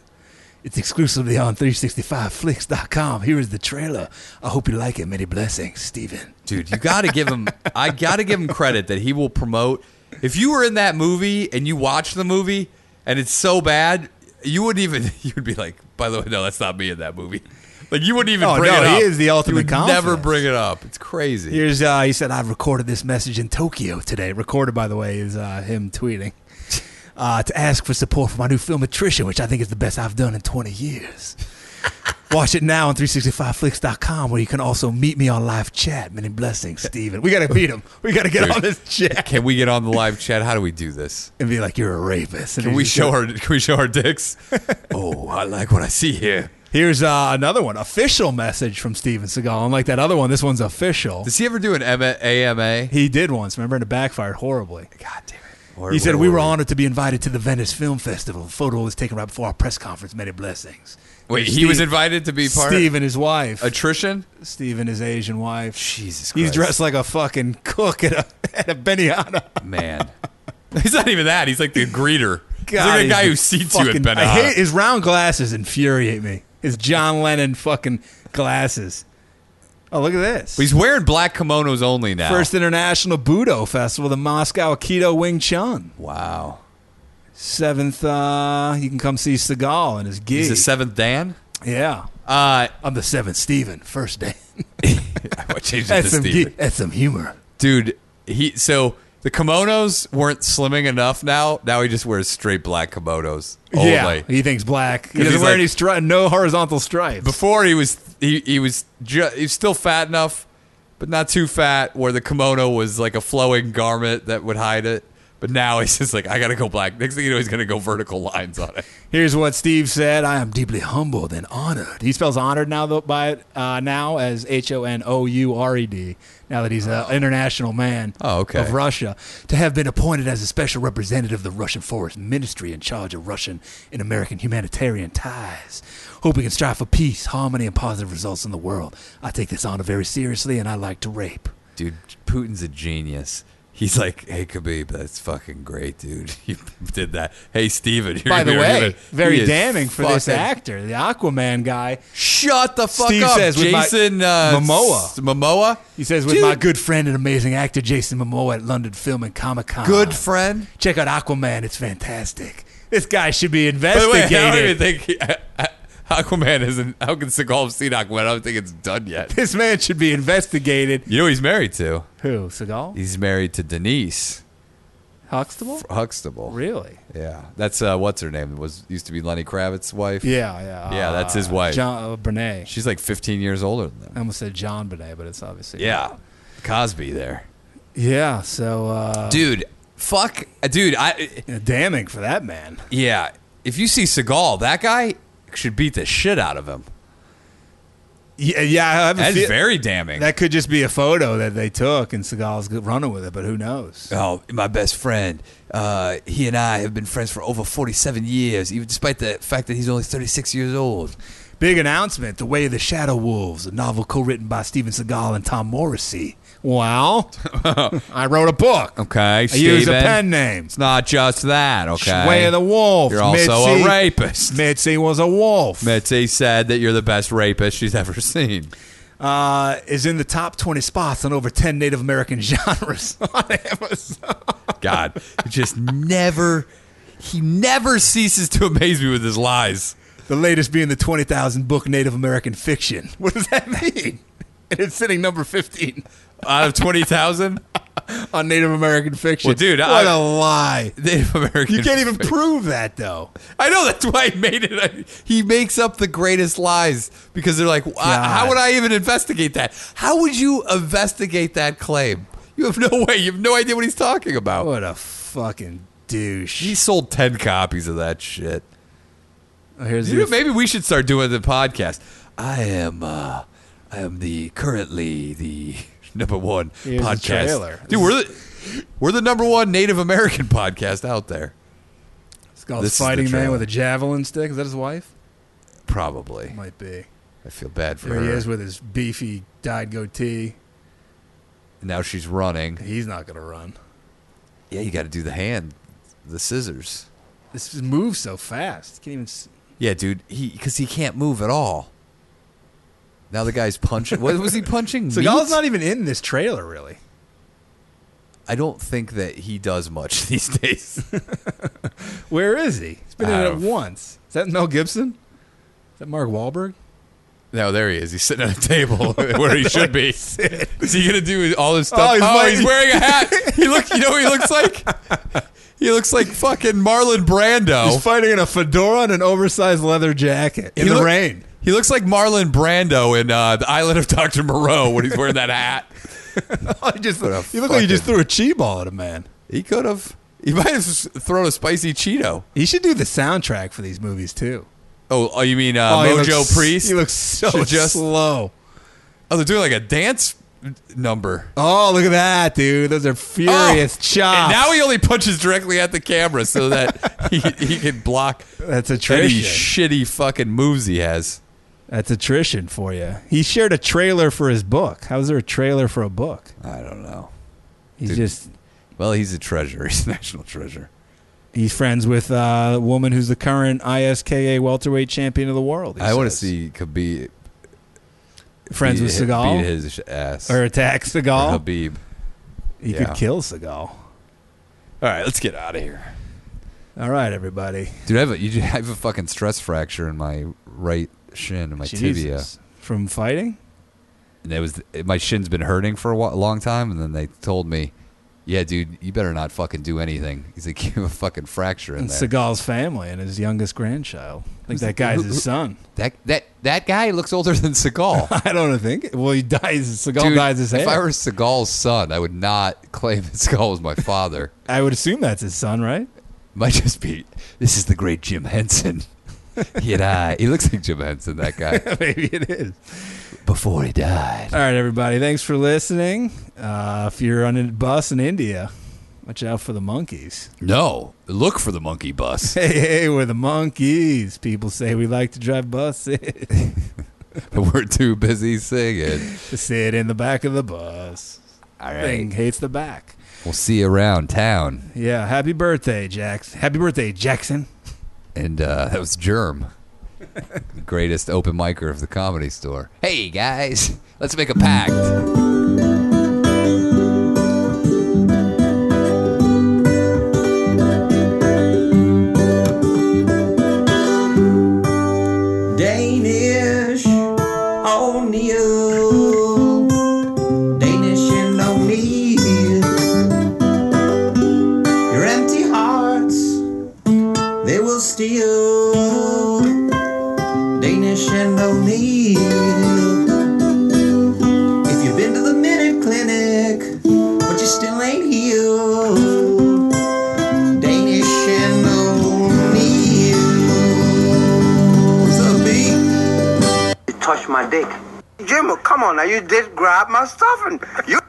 It's exclusively on 365flicks.com. Here is the trailer. I hope you like it. Many blessings, Steven." dude you gotta give him i gotta give him credit that he will promote if you were in that movie and you watched the movie and it's so bad you wouldn't even you'd be like by the way no that's not me in that movie like you wouldn't even Oh, bring no, it he up is the ultimate you would never confidence. bring it up it's crazy Here's uh, he said, "I've recorded this message in Tokyo today. Recorded, by the way, is uh, him tweeting." Uh, to ask for support for my new film Attrition, which I think is the best I've done in 20 years. Watch it now on 365flicks.com, where you can also meet me on live chat. Many blessings, Steven. We got to beat him. We got to get Dude. on this chat can we get on the live chat how do we do this and be like, you're a rapist. And can he's we just show like- our can we show our dicks oh i like what i see here Here's uh, another one official message from Steven Seagal. Unlike that other one, this one's official. does he ever do an M- ama He did once, remember, and it backfired horribly. god damn it Where- He said, where We were honored to be invited to the Venice Film Festival. photo was taken right before our press conference. Many blessings. wait he Steve- was invited to be part Steve and his wife. attrition Steve and his Asian wife. Jesus He's Christ. dressed like a fucking cook at a, at a Benihana. Man. he's not even that. He's like the greeter. he's God, like a guy who he's seats you fucking- at Benihana. I hate his round glasses infuriate me. His John Lennon fucking glasses. Oh, look at this. He's wearing black kimonos only now. First International Budo Festival, the Moscow Aikido Wing Chun. wow. Seventh, uh, you can come see Seagal and his gig. He's the seventh Dan. yeah. Uh, I'm the seventh Steven, first day. I changed it to That's some, Steven. that's some humor. Dude, he so The kimonos weren't slimming enough now. Now he just wears straight black kimonos. Only. Yeah, he thinks black. He doesn't he's wear like- any stri- no horizontal stripes. Before he was he, he was ju- he was still fat enough, but not too fat where the kimono was like a flowing garment that would hide it. But now he's just like I gotta go black. Next thing you know, he's gonna go vertical lines on it. Here's what Steve said: I am deeply humbled and honored. He spells honored now though by it uh, now as H O N O U R E D. Now that he's an international man Oh, okay. of Russia, to have been appointed as a special representative of the Russian Forest Ministry in charge of Russian and American humanitarian ties, hope we can strive for peace, harmony, and positive results in the world. I take this honor very seriously, and I like to rape. Dude, Putin's a genius. He's like, hey Khabib, that's fucking great, dude. You did that. Hey Steven, you're By the you're way, gonna- he very is damning for this fucking- actor, the Aquaman guy. Shut the fuck Steve up, says with my- Jason uh, Momoa. S- Momoa, He says, with Dude. my good friend and amazing actor Jason Momoa at London Film and Comic Con. good friend. Check out Aquaman. It's fantastic. This guy should be By the way, I don't even investigated. think Aquaman isn't. How can Seagal have seen Aquaman? I don't think it's done yet. this man should be investigated. You know who he's married to? Who? Seagal? He's married to Denise Huxtable? Huxtable. Really? Yeah, that's uh, what's her name? Was used to be Lenny Kravitz's wife. Yeah, yeah. Yeah, that's his wife. John uh, Bernay. She's like 15 years older than I them. almost said John Bernay, but it's obviously Yeah, Cosby there, yeah. So uh, dude. Fuck, uh, dude. I damning for that man. yeah. If you see Seagal, that guy should beat the shit out of him. Yeah, yeah. I have a That's feel- very damning. that could just be a photo that they took, and Seagal's running with it, but who knows? Oh, my best friend. Uh, he and I have been friends for over 47 years, even despite the fact that he's only 36 years old. Big announcement The Way of the Shadow Wolves, a novel co written by Steven Seagal and Tom Morrissey. Wow. I wrote a book. Okay, I use a pen name. It's not just that, okay? Way of the Wolves. You're also a rapist. Mitzi was a wolf. Mitzi said that you're the best rapist she's ever seen. uh, is in the top 20 spots on over 10 Native American genres on Amazon. God, he just never, he never ceases to amaze me with his lies. The latest being the 20,000 book Native American fiction. What does that mean? And it's sitting number 15 Out of 20,000? on Native American fiction. Well, dude, what I- a lie. Native American. You can't even prove that, though. I know that's why he made it. I- He makes up the greatest lies because they're like, "Why- how would I even investigate that? How would you investigate that claim? You have no way. You have no idea what he's talking about. What a fucking douche. He sold ten copies of that shit. Oh, here's You know, the- maybe we should start doing the podcast. I am, uh, I am the currently the number one Here's the podcast. trailer. Dude, we're the, we're the number one Native American podcast out there. It's called this is the Fighting Man trailer. with a javelin stick. Is that his wife? Probably. Might be. I feel bad for There he her. is with his beefy dyed goatee. Now she's running. He's not gonna run. Yeah, you got to do the hand, the scissors. This is- moves so fast. Can't even. s Yeah, dude, he because he can't move at all. Now the guy's punching. what was he punching? Seagal's Meat? not even in this trailer, really. I don't think that he does much these days. Where is he? He's been in I it don't- once. Is that Mel Gibson? Is that Mark Wahlberg? no, there he is. He's sitting at a table where he should be. Is he gonna do all this stuff? Oh, Oh, he's, he's like- wearing a hat. He look. You know what he looks like? He looks like fucking Marlon Brando. He's fighting in a fedora and an oversized leather jacket in He the look- rain. He looks like Marlon Brando in uh, the Island of Doctor Moreau when he's wearing that hat. I just, you a look like you just fucking- threw a chi ball at a man. He could have. He might have s- thrown a spicy Cheeto. He should do the soundtrack for these movies too. Oh, oh you mean uh, Oh, he Mojo looks- Priest? He looks so Should just- slow. oh, they're doing like a dance number. Oh, look at that, dude. Those are furious Oh, chops. And now he only punches directly at the camera so that he, he can block That's any attrition. shitty fucking moves he has. That's attrition for you. He shared a trailer for his book. How's there a trailer for a book? I don't know. He's Dude. just Well, he's a treasure. He's a national treasure. he's friends with uh, a woman who's the current ISKA welterweight champion of the world. he I want to says. see Khabib friends beat, with hit- beat Seagal his ass. or attack Or Seagal. Khabib. He yeah. could kill Seagal. All right, let's get out of here, All right, everybody. dude. I have a, you, I have a fucking stress fracture in my right shin, in my tibia. Jesus. from fighting. and it was my shin's been hurting for a wa- long time and then they told me yeah, dude, you better not fucking do anything. He's like, you have a fucking fracture in And there. Seagal's family and his youngest grandchild. I think that guy's his son. that that that guy looks older than Seagal. I don't think. Well, he dies. Seagal Dude, dies his if head. I I, were Seagal's son, I would not claim that Seagal was my father. would assume that's his son, right? Might just be this is the great Jim Henson. he died. He looks like Jim Henson. That guy Maybe it is. before he died. All right, everybody. Thanks for listening. Uh, if you're on a bus in India, watch out for the monkeys. No, look for the monkey bus. Hey, hey, we're the monkeys. People say we like to drive buses. But we're too busy singing. Sit in the back of the bus. All Thing hates the back. We'll see you around town. Yeah. Happy birthday, Jackson. Happy birthday, Jackson. And uh, that was Germ, greatest open micer of the comedy store. Hey, guys, let's make a pact. Danish O'Neill. Danish and O'Neill. Your empty hearts, they will steal. Danish and O'Neill. If you've been to the Minute Clinic, but you still ain't healed. Danish and O'Neill. What's up, B? You touched my dick. Jimmy, come on now. You did grab my stuff and you